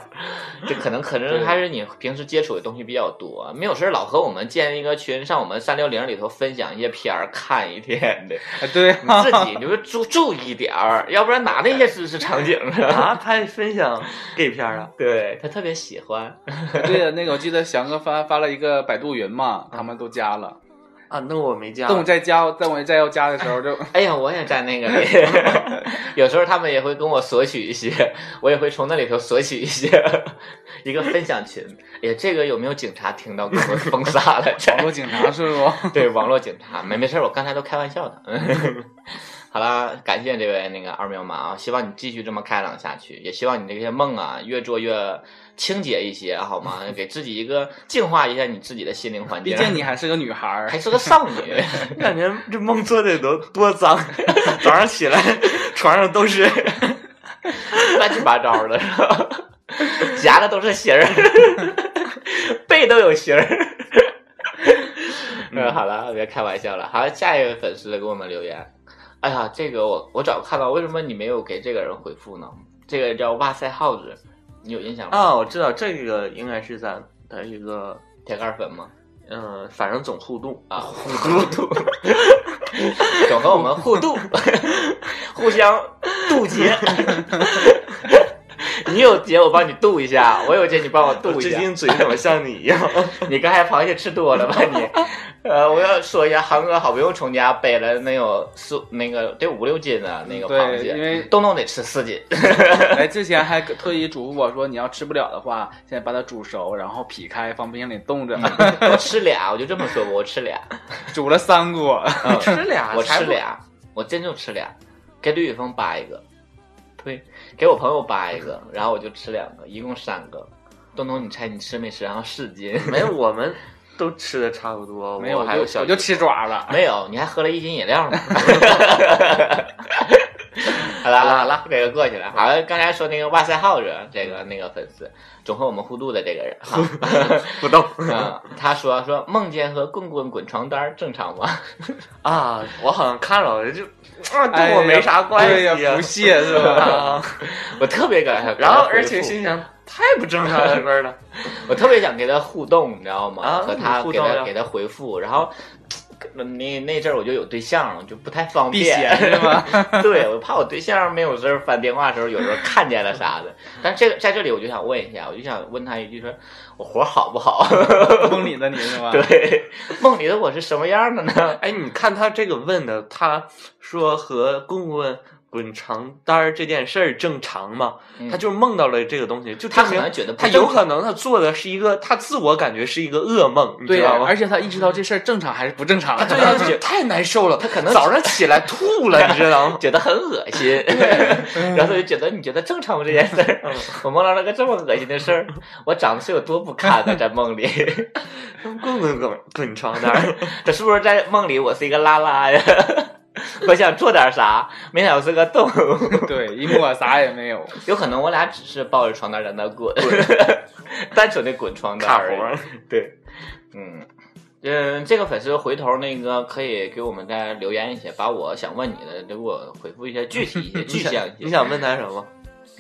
Speaker 2: 这可能可能还是你平时接触的东西比较多，没有事儿老和我们建一个群，上我们三六零里头分享一些片儿看一天的，
Speaker 4: 哎对
Speaker 2: 你自己你就注注意点儿，要不然哪那些知识场景啊？
Speaker 3: (laughs) 啊，他还分享 gay 片啊，
Speaker 2: 对他特别喜欢，
Speaker 4: 对啊呀，那个我记得翔哥发发了一个百度云
Speaker 2: 嗯
Speaker 4: 嘛，他们都加了。
Speaker 3: 啊，那我没加。
Speaker 4: 等我再加，等我再要加的时候就
Speaker 2: 哎呀，我也在那个里，
Speaker 3: (laughs)
Speaker 2: 有时候他们也会跟我索取一些，我也会从那里头索取一些。 (laughs) 一个分享群，哎呀，这个有没有警察听到给我们封杀 (laughs) 了？这 (laughs)
Speaker 4: 网络警察是不？
Speaker 2: 对网络警察，没没事儿，我刚才都开玩笑的。好好啦，感谢这位那个二喵妈啊，希望你继续这么开朗下去，也希望你这些梦啊越做越清洁一些，好吗？给自己一个净化一下你自己的心灵环境。
Speaker 4: 毕竟你还是个女孩儿，
Speaker 2: 还是个少女， (laughs)
Speaker 3: 感觉这梦做的多多 (laughs) 脏，早上起来床上都是
Speaker 2: (laughs) 乱七八糟的，是吧？夹的都是形儿，背都有形儿。嗯，好了，别开玩笑了。好，下一位粉丝给我们留言。哎呀，这个我我早看到，为什么你没有给这个人回复呢？这个人叫哇塞耗子，你有印象吗？
Speaker 3: (laughs) 啊、我知道这个应该是咱的一个，
Speaker 2: 铁杆粉吗？
Speaker 3: 嗯、反正总互动
Speaker 2: 啊，互
Speaker 3: (laughs)
Speaker 2: 动，总和我们互动， (laughs) 互相渡劫。 (laughs) 你有劫，我帮你渡一下；我有劫，你帮我渡
Speaker 3: 我
Speaker 2: 一
Speaker 3: 最
Speaker 2: 下。
Speaker 3: 近嘴怎么像你一样？
Speaker 2: (laughs) 你刚才螃蟹吃多了
Speaker 4: (laughs)
Speaker 2: 吧你？呃，我要说一下，航哥好不容易从家背了能有四那个得五六斤呢，那个
Speaker 4: 嗯对
Speaker 2: 螃蟹，
Speaker 4: 因为
Speaker 2: 东东得吃四
Speaker 4: (laughs)
Speaker 2: 斤。哎
Speaker 4: 来哎之前还特意嘱咐我说，你要吃不了的话，现在把它煮熟，然后劈开，放冰箱里冻着。
Speaker 2: 我吃俩，我就这么说吧，我吃俩，
Speaker 4: (laughs) 煮了三锅， (laughs)
Speaker 3: 吃
Speaker 4: 啊
Speaker 3: 俩
Speaker 2: 我
Speaker 3: 才
Speaker 2: 吃
Speaker 3: 不
Speaker 2: 俩，我真就吃俩，给吕宇峰扒一个，对，给我朋友扒一个，然后我就吃两个，一共三个。东东，你猜你吃没吃？然后四斤，
Speaker 3: 没有，我们都吃的差不多。
Speaker 4: 没有，
Speaker 3: 我还
Speaker 4: 我
Speaker 3: 有
Speaker 4: 就
Speaker 3: 小
Speaker 4: 我就吃爪了。
Speaker 2: (laughs) 没有，你还喝了一斤饮料
Speaker 3: (laughs)
Speaker 2: 呢。好了好了好了，这个过去了。好，刚才说那个哇塞耗子，这个那个粉丝总和我们互动的这个人，
Speaker 3: (laughs)
Speaker 2: 哈
Speaker 3: 不
Speaker 4: (laughs)
Speaker 3: 动
Speaker 2: (laughs)
Speaker 4: 啊
Speaker 2: 嗯，他说说梦见和棍棍滚床单儿正常吗？
Speaker 3: (laughs)
Speaker 2: (laughs)
Speaker 3: 啊！我好像看了，就啊，
Speaker 4: 哎
Speaker 3: 跟
Speaker 4: 呀
Speaker 3: 我没啥关
Speaker 4: 对
Speaker 3: 系
Speaker 4: 呀
Speaker 3: 啊、
Speaker 4: 不屑是吧？
Speaker 3: (laughs)
Speaker 4: 哎
Speaker 3: 啊。
Speaker 4: (laughs)
Speaker 2: 我特别感，
Speaker 3: 然后而且心想，太不正常了，哥儿
Speaker 4: (laughs)
Speaker 3: 的。
Speaker 2: 我特别想给他互动，你知道吗？
Speaker 3: 啊
Speaker 2: 和他
Speaker 3: 你互
Speaker 2: 给
Speaker 3: 动
Speaker 2: 他
Speaker 3: 呀
Speaker 2: 给他回复，然后。那那阵儿我就有对象了，我就不太方
Speaker 4: 避
Speaker 2: 便
Speaker 4: 嫌，是吗？
Speaker 2: (laughs)
Speaker 4: (laughs)
Speaker 3: (laughs)
Speaker 2: 对，我怕我对象没有事儿翻电话的时候，有时候看见了啥
Speaker 3: (laughs)
Speaker 2: 的。但这个在这里我就想问一下，我就想问他一句说，我活好不好？
Speaker 4: 梦里的你是吧？
Speaker 2: 对，梦里的我是什么样的呢？
Speaker 3: 哎，你看他这个问的，他说和棍棍滚床单儿这件事儿正常吗？
Speaker 2: 嗯
Speaker 3: 他就梦到了这个东西，就
Speaker 2: 他
Speaker 3: 证明
Speaker 2: 可能觉得不
Speaker 3: 他
Speaker 2: 正
Speaker 3: 有
Speaker 2: 常
Speaker 3: 可能他做的是一个他自我感觉是一个噩梦，你
Speaker 4: 对
Speaker 3: 知
Speaker 4: 呀
Speaker 3: 道，吗
Speaker 4: 而？且他意识到这事儿正常还是不正常。
Speaker 2: 啊
Speaker 3: 对呀，这太难受了，他可能早上起来
Speaker 4: (laughs)
Speaker 3: 吐了，你知道吗？
Speaker 2: (laughs) 觉得很恶
Speaker 3: (laughs)
Speaker 2: 心， (laughs)
Speaker 3: 嗯
Speaker 2: 然后他就觉得你觉得正常吗这件事儿？我梦到了个这么恶心的事儿，我长得是有多不堪呢？在梦
Speaker 3: (laughs)
Speaker 2: 里，
Speaker 3: 棍棍滚滚床单
Speaker 2: (laughs)
Speaker 3: 儿，
Speaker 2: 这是不是在梦里我是一个拉拉呀？ (laughs) 我想做点啥，没想到是个动
Speaker 4: (laughs)
Speaker 2: 物。
Speaker 4: 对，一摸啥也没有。
Speaker 2: 有可能我俩只是抱着床单在那滚， (laughs) 单纯的滚床单
Speaker 3: 卡
Speaker 2: 而已。
Speaker 3: 活。
Speaker 2: 对，嗯。嗯，这个粉丝回头那个可以给我们再留言一些，把我想问你的给我回复一些具
Speaker 3: (laughs)
Speaker 2: 体一些、具
Speaker 3: 你
Speaker 2: 象
Speaker 3: 想
Speaker 2: 一些。
Speaker 3: 你想问他什么？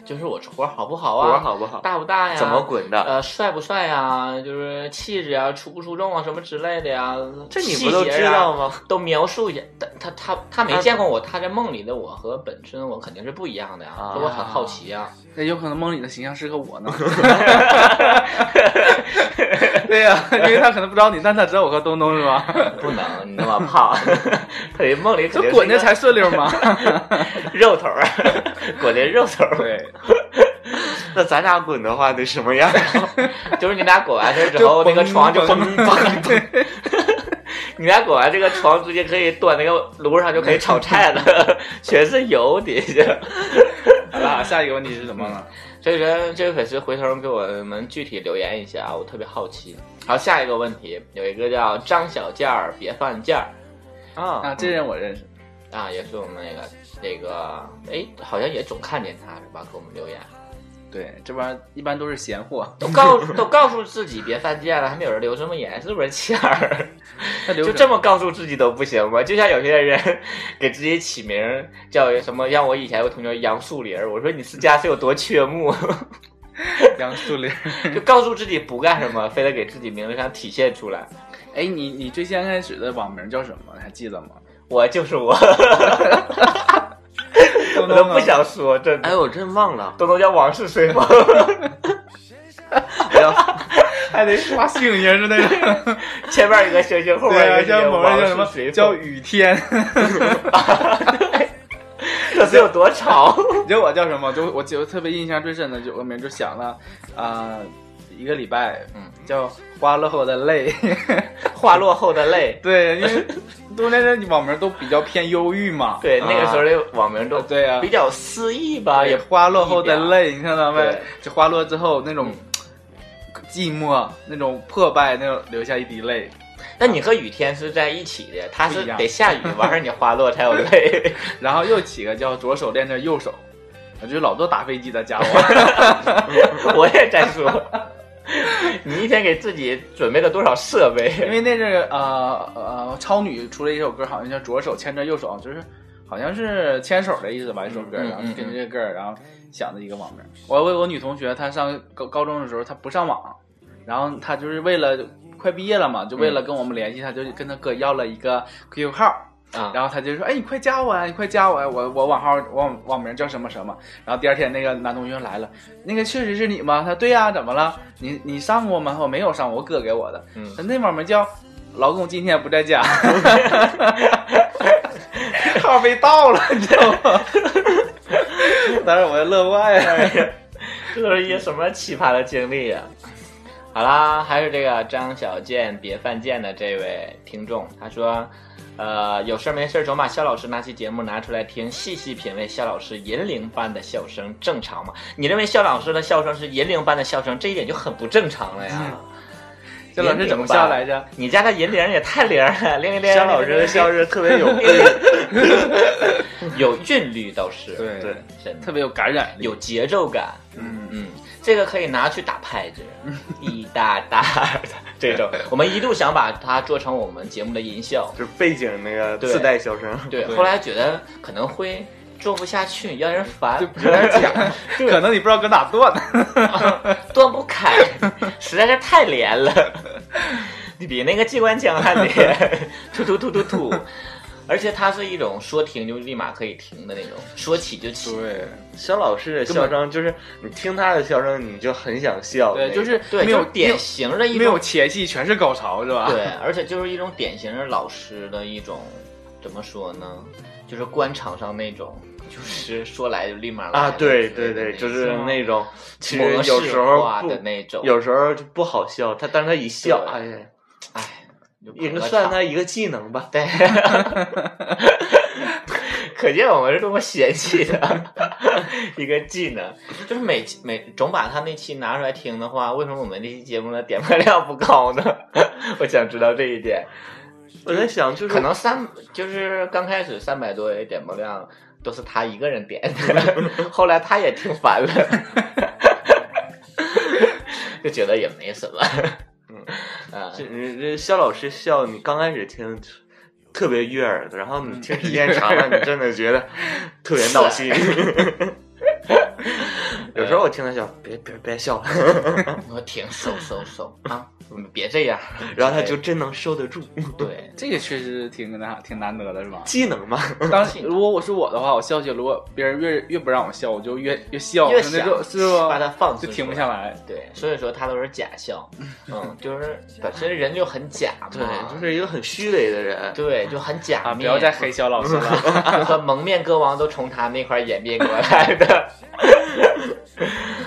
Speaker 2: 就是我活好不好啊？
Speaker 3: 活好不好？
Speaker 2: 大不大呀？
Speaker 3: 怎么？滚啊的？
Speaker 2: 呃，帅不帅呀？就是气质呀，出不出众啊，什么之类的呀？
Speaker 3: 这你不都知道
Speaker 2: 吗？
Speaker 3: 吗？
Speaker 2: 都描述一下，但他他他没
Speaker 3: 他
Speaker 2: 见过我，他在梦里的我和本身我肯定是不一样的呀，
Speaker 3: 啊
Speaker 2: 所以我很好奇啊。
Speaker 4: (laughs) 那有可能梦里的形象是个我 (laughs) 呢。对呀、因为他可能不知道你，但他知道我和东东是 (laughs) 吧？
Speaker 2: 不能，你那么胖，他的梦里肯定是一
Speaker 4: 就
Speaker 2: 个
Speaker 4: 滚着才顺溜嘛。
Speaker 2: (laughs) 肉头儿，滚的肉头儿，
Speaker 4: (laughs) 对，
Speaker 3: 那咱俩滚的话得什么样？
Speaker 2: 就是你俩滚完事儿之后，那个床就
Speaker 4: 嘣
Speaker 2: 嘣嘣嘣。 (laughs) 你俩滚完这个床，直接可以端那个炉上就可以炒菜了，全是油底下。
Speaker 4: 好了，下一个问题是什么呢？
Speaker 2: 所以说，这位粉丝回头给我们具体留言一下啊，我特别好奇。好，下一个问题有一个叫张小件儿，别犯贱儿
Speaker 3: 啊
Speaker 4: 啊，这人我认识。
Speaker 2: 啊，也是我们那个这个，哎，好像也总看见他是吧？给我们留言，
Speaker 4: 对，这玩意儿一般都是闲货，
Speaker 2: 都告都告诉自己别犯贱了，还没有人留什么言，是不是欠儿？ (laughs)
Speaker 4: 他留
Speaker 2: 就
Speaker 4: 着
Speaker 2: 这么告诉自己都不行吗？就像有些人给自己起名儿叫什么，像我以前有同学杨树林儿，我说你是家是有多缺木， (laughs)
Speaker 4: 杨树林。
Speaker 2: 就告诉自己不干什么，非得给自己名字上体现出来。
Speaker 4: (laughs) 哎，你你最先开始的网名叫什么？还记得吗？
Speaker 2: 我就是我，
Speaker 4: 东
Speaker 2: 我都不想说，真的。
Speaker 3: 哎，我真忘了。
Speaker 2: 东东叫往事随风， (laughs)
Speaker 4: 还得刷姓名 (laughs) 是那种。
Speaker 2: 前面一个星星，后面
Speaker 4: 对啊，
Speaker 2: 一个
Speaker 4: 像
Speaker 2: 星
Speaker 4: 某
Speaker 2: 星，
Speaker 4: 人
Speaker 2: 往
Speaker 4: 叫什
Speaker 2: 事
Speaker 4: 么
Speaker 2: 随风，
Speaker 4: 叫雨天，
Speaker 2: 这是有多吵？
Speaker 4: 你知道我叫什么？就我记得特别印象最深的有个名，就想了啊、呃一个礼拜，嗯，叫《花落后的泪》， (laughs)
Speaker 2: 花落后的泪，
Speaker 4: 对，因为都那那网名都比较偏忧郁嘛，
Speaker 2: (laughs) 对，那个时候
Speaker 4: 啊
Speaker 2: 的网名都
Speaker 4: 对啊
Speaker 2: 比较诗意吧，
Speaker 4: 对
Speaker 2: 也
Speaker 4: 花落后的
Speaker 2: 不一样，
Speaker 4: 泪，你看到没
Speaker 2: 对？嗯
Speaker 4: 就花落之后那种寂寞、那种破败，那种留下一滴泪。
Speaker 2: 那你和雨天是在一起的，他
Speaker 4: 不
Speaker 2: 是
Speaker 4: 一样
Speaker 2: 得下雨，完事儿你花落才有
Speaker 4: (laughs)
Speaker 2: 泪。
Speaker 4: 然后又起个叫左手练着右手，就是老多打飞机的家
Speaker 2: (laughs)
Speaker 4: 伙。
Speaker 2: 我也在说，你一天给自己准备了多少设备？
Speaker 4: 因为那阵儿呃呃，超女出了一首歌，好像叫《左手牵着右手》，就是好像是牵手的意思吧，一首歌，
Speaker 2: 嗯
Speaker 4: 然后
Speaker 2: 嗯
Speaker 4: 跟着这个歌儿，然后想的一个网名。我我有个女同学，她上高高中的时候，她不上网，然后她就是为了快毕业了嘛，就为了跟我们联系，她就跟她哥要了一个 QQ 号。
Speaker 2: 啊
Speaker 4: 然后她就说：“哎，你快加我啊！你快加我呀、我我网号网网名叫什么什么。”然后第二天那个男同学来了，那个确实是你吗？他对呀、怎么了？你你上过吗？我没有上过，我哥给我的。
Speaker 2: 嗯
Speaker 4: 那网名叫“老公今天不在家”，号被盗了，你知道吗？当时我就乐坏了。
Speaker 2: 这都是一些什么奇葩的经历呀、好啦，还是这个张小健别犯贱的这位听众，他说，呃，有事儿没事儿总把肖老师那期节目拿出来听，细细品味肖老师银铃般的笑声，正常吗？你认为肖老师的笑声是银铃般的笑声，这一点就很不正常了呀。
Speaker 4: 这老师怎么笑来着？
Speaker 2: 你家的银铃也太灵
Speaker 4: (laughs)
Speaker 2: 了，铃铃铃。
Speaker 3: 肖老师的笑是特别有韵，
Speaker 2: 有韵律倒是，
Speaker 4: 对
Speaker 3: 对，
Speaker 2: 真的
Speaker 4: 特别有感染力。
Speaker 2: 有节奏感。
Speaker 4: 嗯，
Speaker 2: 嗯，这个可以拿去打拍
Speaker 4: (laughs)
Speaker 2: 子，一大大的这种。我们一度想把它做成我们节目的音效，
Speaker 3: 就是背景那个
Speaker 2: 对
Speaker 3: 自带笑声。
Speaker 2: 对，
Speaker 4: 对
Speaker 2: 后来觉得可能会做不下去，让人烦
Speaker 4: 就，有点假，可能你不知道搁哪断的。
Speaker 2: 断不开，实在是太连了，
Speaker 3: (laughs)
Speaker 2: 比那个机关枪还连， (laughs) 突突突突突。而且它是一种说停就立马可以停的那种，说起就起。
Speaker 4: 对
Speaker 3: 肖老师的笑声就是你听他的笑声，你就很想笑那
Speaker 4: 对，
Speaker 3: 个。
Speaker 4: 就是
Speaker 2: 对，
Speaker 4: 没
Speaker 2: 就
Speaker 4: 有
Speaker 2: 是典型的一种
Speaker 4: 没有前戏，全是高潮，是吧？
Speaker 3: (laughs)
Speaker 2: 对，而且就是一种典型的老师的一种，怎么说呢？就是官场上那种，就是说来就立马来
Speaker 3: 啊，对
Speaker 2: 的
Speaker 3: 对对，就是
Speaker 2: 那
Speaker 3: 那种，其实
Speaker 2: 模式
Speaker 3: 有时候
Speaker 2: 化
Speaker 3: 不
Speaker 2: 的那种
Speaker 3: 有时候就不好笑，他但是他一笑，
Speaker 2: 对
Speaker 3: 哎呀，
Speaker 2: 种
Speaker 3: 也
Speaker 2: 捧个
Speaker 3: 算
Speaker 2: 场
Speaker 3: 他一个技能吧。
Speaker 2: 对， (laughs) 可见我们是多么嫌弃
Speaker 3: (laughs)
Speaker 2: 的一个技能，就是每每总把他那期拿出来听的话，为什么我们这期节目的点播量不高呢？ (laughs) 我想知道这一点。
Speaker 3: 我在想，就是
Speaker 2: 可能三就是刚开始三百多也点播量都是他一个人点的， (laughs) 后来他也听烦了， (laughs) 就觉得也没什
Speaker 3: (laughs)
Speaker 2: 么。嗯啊，
Speaker 3: 这这肖老师笑，你刚开始听特别悦耳，然后
Speaker 2: 嗯
Speaker 3: 你听时间长了，你真的觉得特别闹心。 (laughs) 有时候我听他笑，别别别笑，
Speaker 2: 我挺收收收啊，我们别这
Speaker 3: (laughs)
Speaker 2: 样。
Speaker 3: 然后他就真能收得住，
Speaker 2: 对，
Speaker 4: 这个确实挺难，挺难得的，是吧？
Speaker 3: 技能嘛。
Speaker 4: 当时如果我是我的话，我笑起来，如果别人越越不让我笑，我就越越笑，
Speaker 2: 越
Speaker 4: 那
Speaker 2: 想
Speaker 4: 就，是吧？
Speaker 2: 把它放
Speaker 4: 就
Speaker 2: 松
Speaker 4: 停不
Speaker 2: 出来
Speaker 4: 下来。
Speaker 2: 对，所以说他都是假笑，嗯，就是本身人就很假嘛，
Speaker 3: 对，就是一个很虚伪的人。
Speaker 2: 对，就很假面、
Speaker 4: 啊！不要再黑肖老师了，
Speaker 2: (laughs) 和蒙面歌王都从他那块儿演变过来
Speaker 4: (laughs)
Speaker 2: 的。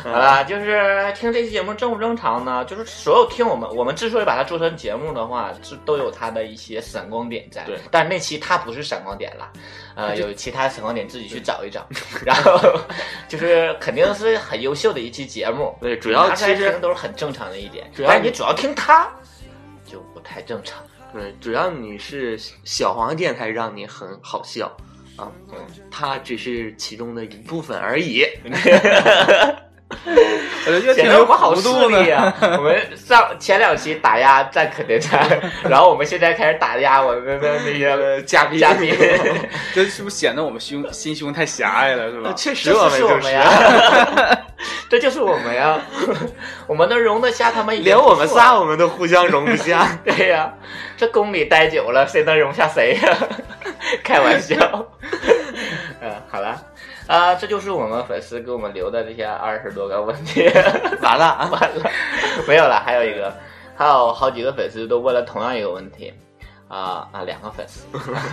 Speaker 2: 好了，就是听这期节目正不正常呢？就是所有听我们，我们之所以把它做成节目的话，是都有它的一些闪光点在。
Speaker 3: 对，
Speaker 2: 但那期它不是闪光点了，呃，有其他闪光点自己去找一找。然后 (laughs) 就是肯定是很优秀的一期节目，
Speaker 3: 对，主要
Speaker 2: 拿出
Speaker 3: 其
Speaker 2: 来
Speaker 3: 实
Speaker 2: 听嗯都是很正常的一点。
Speaker 3: 主要
Speaker 2: 但是你主要听它，就不太正常。
Speaker 3: 对，主要你是小黄电台让你很好笑啊，它只是其中的一部分而已。
Speaker 4: 我就越听
Speaker 2: 显得我
Speaker 4: 越
Speaker 2: 们好
Speaker 4: 糊
Speaker 2: 势
Speaker 4: 涂呢
Speaker 2: 力。啊！ (laughs) 我们上前两期打压占肯德基，然后我们现在开始打压我们的那些嘉宾嘉宾，
Speaker 4: 这是不是显得我们胸 (laughs) 心胸太狭隘了，是吧？
Speaker 3: 确实，
Speaker 2: 这
Speaker 3: 我
Speaker 2: 就
Speaker 3: 们
Speaker 2: 是我
Speaker 3: 就
Speaker 2: 们
Speaker 3: 是
Speaker 2: 呀， (laughs) 这就是我们呀， (laughs) 我们能容得下他们也
Speaker 3: 连
Speaker 2: 不错啊
Speaker 3: 我们仨，我们都互相容不下。
Speaker 2: 对呀、这宫里待久了，谁能容下谁呀、 (laughs) 开玩笑。 (laughs) 嗯，好了，啊、这就是我们粉丝给我们留的这些二十多个问题。
Speaker 3: (laughs)
Speaker 2: 完
Speaker 3: 啊
Speaker 2: 了， (laughs) 完了，没有了，还有一个，还有好几个粉丝都问了同样一个问题。啊啊，两个粉丝，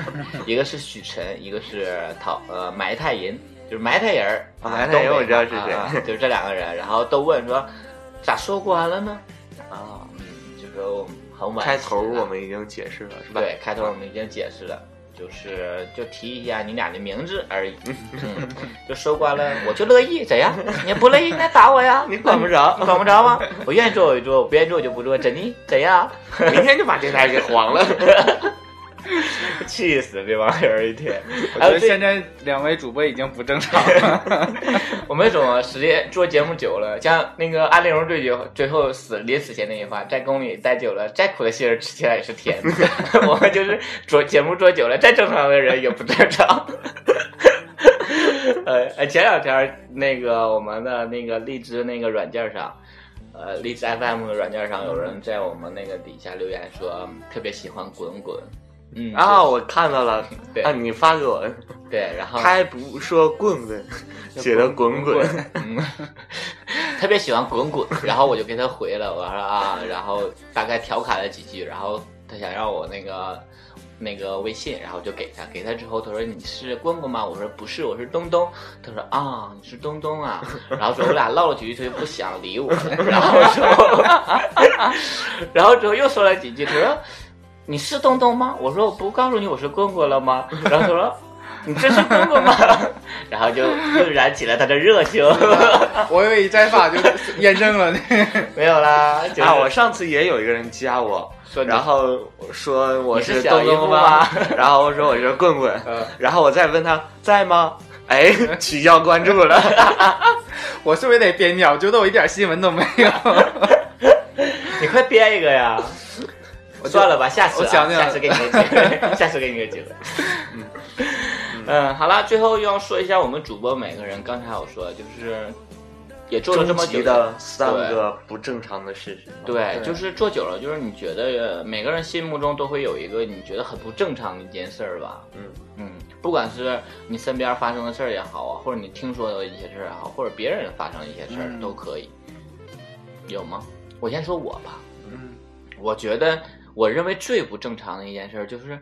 Speaker 2: (laughs) 一个是许晨，一个是陶呃埋汰人，就是埋汰人儿，
Speaker 3: 啊埋汰人
Speaker 2: 东北
Speaker 3: 我知道
Speaker 2: 嘛
Speaker 3: 是谁
Speaker 2: 啊就是这两个人，然后都问说咋说关了呢？啊，嗯，就是很 (laughs) 晚。
Speaker 3: 开头我们已经解释了，是吧？
Speaker 2: 对，开头我们已经解释了，就是就提一下你俩的名字而已。嗯，就收官了，我就乐意，怎样？你不乐意那打我呀，你
Speaker 3: (laughs)
Speaker 2: 管不着，你管不着吗？我愿意做我就做，我不愿意做我就不做，怎的？怎样？ (laughs)
Speaker 3: 明天就把这台给黄 (laughs) 了。
Speaker 2: 气死这帮人一天！
Speaker 4: 我
Speaker 2: 还有
Speaker 4: 觉得
Speaker 2: 这
Speaker 4: 现在两位主播已经不正常
Speaker 2: (laughs)
Speaker 4: 了。
Speaker 2: 我们这种时间做节目久了，像那个安陵容最后最后死临死前那句话，在宫里待久了，再苦的杏儿吃起来也是甜的。 (laughs) 我们就是做节目做久了，再正常的人也不正常。 (laughs) 呃，呃前两天那个我们的那个荔枝那个软件上，呃，荔枝 FM 的软件上有人在我们那个底下留言说嗯特别喜欢滚滚，嗯
Speaker 3: 啊，我看到了，
Speaker 2: 对
Speaker 3: 啊，你发给我，
Speaker 2: 对，然后
Speaker 3: 他还不说棍 (laughs) 棍，写的滚滚， (laughs)
Speaker 2: 嗯， (laughs) 特别喜欢滚滚，然后我就给他回了，我说啊，然后大概调侃了几句，然后他想让我那个那个微信，然后就给他，给他之后他说你是滚滚吗？我说不是，我是东东。他说啊，你是东东啊，然后说我俩唠了几句，他就不想理我了，然后 (laughs) 说，然后之后又说了几句，他说你是东东吗？我说我不告诉你我是棍棍了吗？然后他说。你这是棍棍吗？ (laughs) 然后就又燃起了他的热情。
Speaker 4: 我以为一摘发就 (laughs) 验证了呢。
Speaker 2: 没有啦，就是、
Speaker 3: 啊，我上次也有一个人加我，
Speaker 2: 说你
Speaker 3: 然后说我
Speaker 2: 你
Speaker 3: 是
Speaker 2: 是小
Speaker 3: 东
Speaker 2: 姨夫
Speaker 3: 东
Speaker 2: 吗
Speaker 3: 吗？ (laughs) 然后我说我是棍棍
Speaker 4: 嗯，
Speaker 3: 然后我再问他在吗？ (laughs) 哎，取消关注了。 (laughs)
Speaker 4: 我是不是得编辑啊？我觉得我一点新闻
Speaker 2: (laughs)
Speaker 4: 都没有。
Speaker 2: 你快编一个呀！我算了吧，下次、啊、
Speaker 4: 我想想
Speaker 2: 下次给你个机会，下次给你个机会。嗯嗯，好了，最后要说一下我们主播每个人，刚才我说就是也做了这么
Speaker 3: 终
Speaker 2: 久
Speaker 3: 极的三个不正常的事实，
Speaker 2: 对，
Speaker 4: 对
Speaker 2: 就是做久了，就是你觉得呃每个人心目中都会有一个你觉得很不正常的一件事儿吧？
Speaker 3: 嗯
Speaker 2: 嗯，不管是你身边发生的事儿也好啊，或者你听说的一些事儿也好，或者别人发生的一些事儿
Speaker 4: 嗯
Speaker 2: 都可以，有吗？我先说我吧，
Speaker 4: 嗯，
Speaker 2: 我觉得我认为最不正常的一件事儿就是，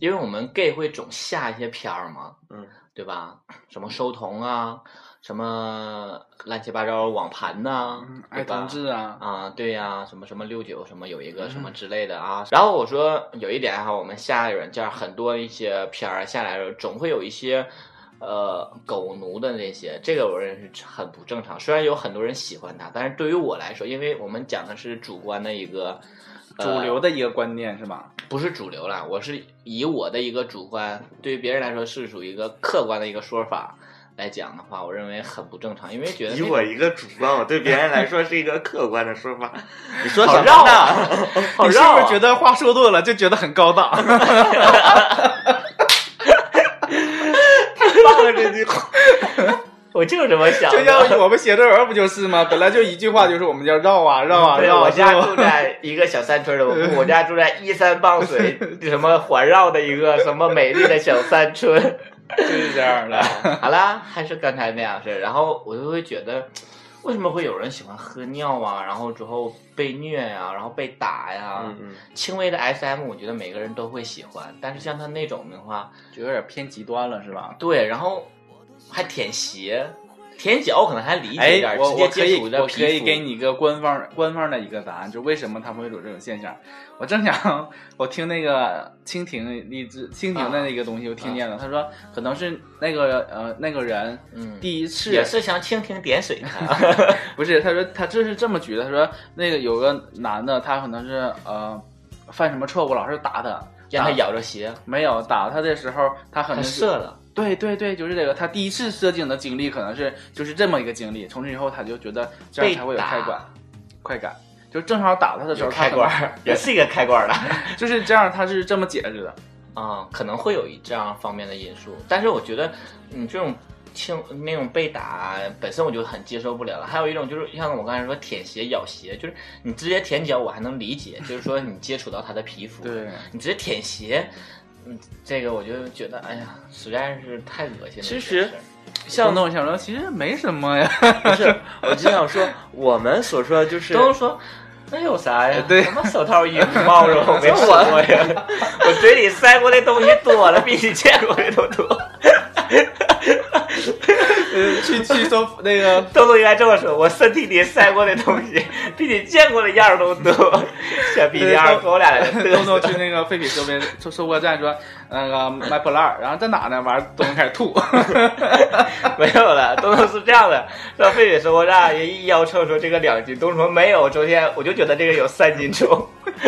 Speaker 2: 因为我们 gay 会总下一些片儿嘛，
Speaker 3: 嗯，
Speaker 2: 对吧？什么收童啊，什么乱七八糟网盘呐、
Speaker 4: 爱
Speaker 2: 对吧
Speaker 4: 同志啊，
Speaker 2: 哎啊，对呀、什么什么六九什么有一个什么之类的啊。然后我说有一点哈，我们下软件很多一些片儿下来了，总会有一些呃狗奴的那些，这个我认为是很不正常。虽然有很多人喜欢他，但是对于我来说，因为我们讲的是主观的一个。呃
Speaker 4: 啊主流的一个观念是吧？
Speaker 2: 不是主流了，我是以我的一个主观，对于别人来说是属于一个客观的一个说法来讲的话，我认为很不正常，因为觉得
Speaker 3: 以
Speaker 2: 那
Speaker 3: 我
Speaker 2: 种
Speaker 3: 一个主观，我对别人来说是一个客观的说 (laughs) 法。你说
Speaker 2: 好
Speaker 3: 什
Speaker 2: 绕
Speaker 3: 么
Speaker 2: 啊
Speaker 3: 呢？
Speaker 2: 好
Speaker 4: 你是
Speaker 2: 绕
Speaker 4: 不
Speaker 2: 啊
Speaker 4: 是觉得话说多了就觉得很高档？
Speaker 2: (laughs)
Speaker 3: 忘了这句话。
Speaker 2: (laughs) 我就是这么想的，
Speaker 4: 就像我们写作文不就是吗？本来就一句话，就是我们叫绕啊绕啊
Speaker 2: 对，
Speaker 4: 绕啊。
Speaker 2: 我家
Speaker 4: 绕啊
Speaker 2: 住在一个小山村儿的，
Speaker 4: (laughs)
Speaker 2: 我不我家住在依山傍水，什么环绕的一个什么美丽的小山村。
Speaker 4: 就是这样的。
Speaker 2: 好啦，还是刚才那样式。然后我就会觉得，为什么会有人喜欢喝尿啊？然后之后被虐呀、然后被打呀、
Speaker 3: 嗯嗯，
Speaker 2: 轻微的 SM，我觉得每个人都会喜欢，但是像他那种的话，
Speaker 4: (laughs) 就有点偏极端了，是吧？
Speaker 2: 对，然后还舔鞋、舔脚，我可能还理解一
Speaker 4: 哎
Speaker 2: 点，，
Speaker 4: 我
Speaker 2: 直接
Speaker 4: 我
Speaker 2: 接
Speaker 4: 可以
Speaker 2: 触的
Speaker 4: 我可以
Speaker 2: 皮肤。
Speaker 4: 给你一个官方官方的一个答案，就为什么他们会有这种现象。我正想，我听那个蜻蜓荔枝蜻蜓的那个东西，我听见了，他说可能是那个呃那个人
Speaker 2: 啊嗯，
Speaker 4: 第一次
Speaker 2: 也是想蜻蜓点水
Speaker 4: (laughs)
Speaker 2: 他。
Speaker 4: 啊不是，他说他这是这么举的，他说那个有个男的，他可能是呃犯什么错误，老是打他，
Speaker 2: 让他
Speaker 4: 打
Speaker 2: 咬着鞋，
Speaker 4: 没有打他的时候，他可
Speaker 2: 他
Speaker 4: 能是
Speaker 2: 射了。
Speaker 4: 对对对，就是这个，他第一次射精的经历可能是就是这么一个经历，从此以后他就觉得这样才会有
Speaker 2: 被打
Speaker 4: 快感，快感。就是正好打他的时候，
Speaker 2: 有开关
Speaker 4: 他可 (laughs)
Speaker 2: 儿，也是一个开关儿的。 (laughs)
Speaker 4: 能就是这样，他是这么解释的。
Speaker 2: 啊、可能会有一这样方面的因素，但是我觉得，嗯，这种轻那种被打本身我就很接受不了了。还有一种就是像我刚才说舔鞋、咬鞋，就是你直接舔脚我还能理解，就是说你接触到他的皮肤，(laughs)
Speaker 4: (laughs) 对，
Speaker 2: 你直接舔鞋，嗯，这个我就觉得，哎呀，实在是太恶心了。
Speaker 3: 其
Speaker 2: 这
Speaker 3: 实
Speaker 2: 件事儿
Speaker 4: 像那我想说，其实没什么呀。
Speaker 3: 不是，我就想说，我们所说的就是
Speaker 2: 都说。那有啥呀？
Speaker 4: 对
Speaker 2: 什么手套、衣服、帽子，啊我没
Speaker 3: 就
Speaker 2: 吃
Speaker 3: (laughs) 我
Speaker 2: 过呀。我嘴里
Speaker 3: (laughs)
Speaker 2: 塞过的东西多了，比你见过的都多。
Speaker 4: 呃， (laughs) 去去搜那个
Speaker 2: (laughs) 豆豆应该这么说：我身体里塞过的东
Speaker 4: (laughs)
Speaker 2: 西，比你见过的样儿都多。小逼样儿，给我俩
Speaker 4: 东
Speaker 2: 嘚
Speaker 4: 东
Speaker 2: 瑟
Speaker 4: 去那个废品收编收收货站说，那个卖破烂儿，然后在哪呢？完了东东开始吐，
Speaker 2: (laughs) 没有了。东东是这样的，说非得说让人一腰秤说这个两斤，东东说没有，昨天我就觉得这个有三斤重。 (laughs)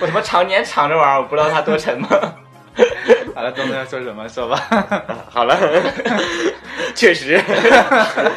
Speaker 2: 我他妈常年尝这玩意儿，我不知道它多
Speaker 4: (laughs)
Speaker 2: 沉吗？
Speaker 4: 完了东东要说什么说吧，
Speaker 2: 好了，确实，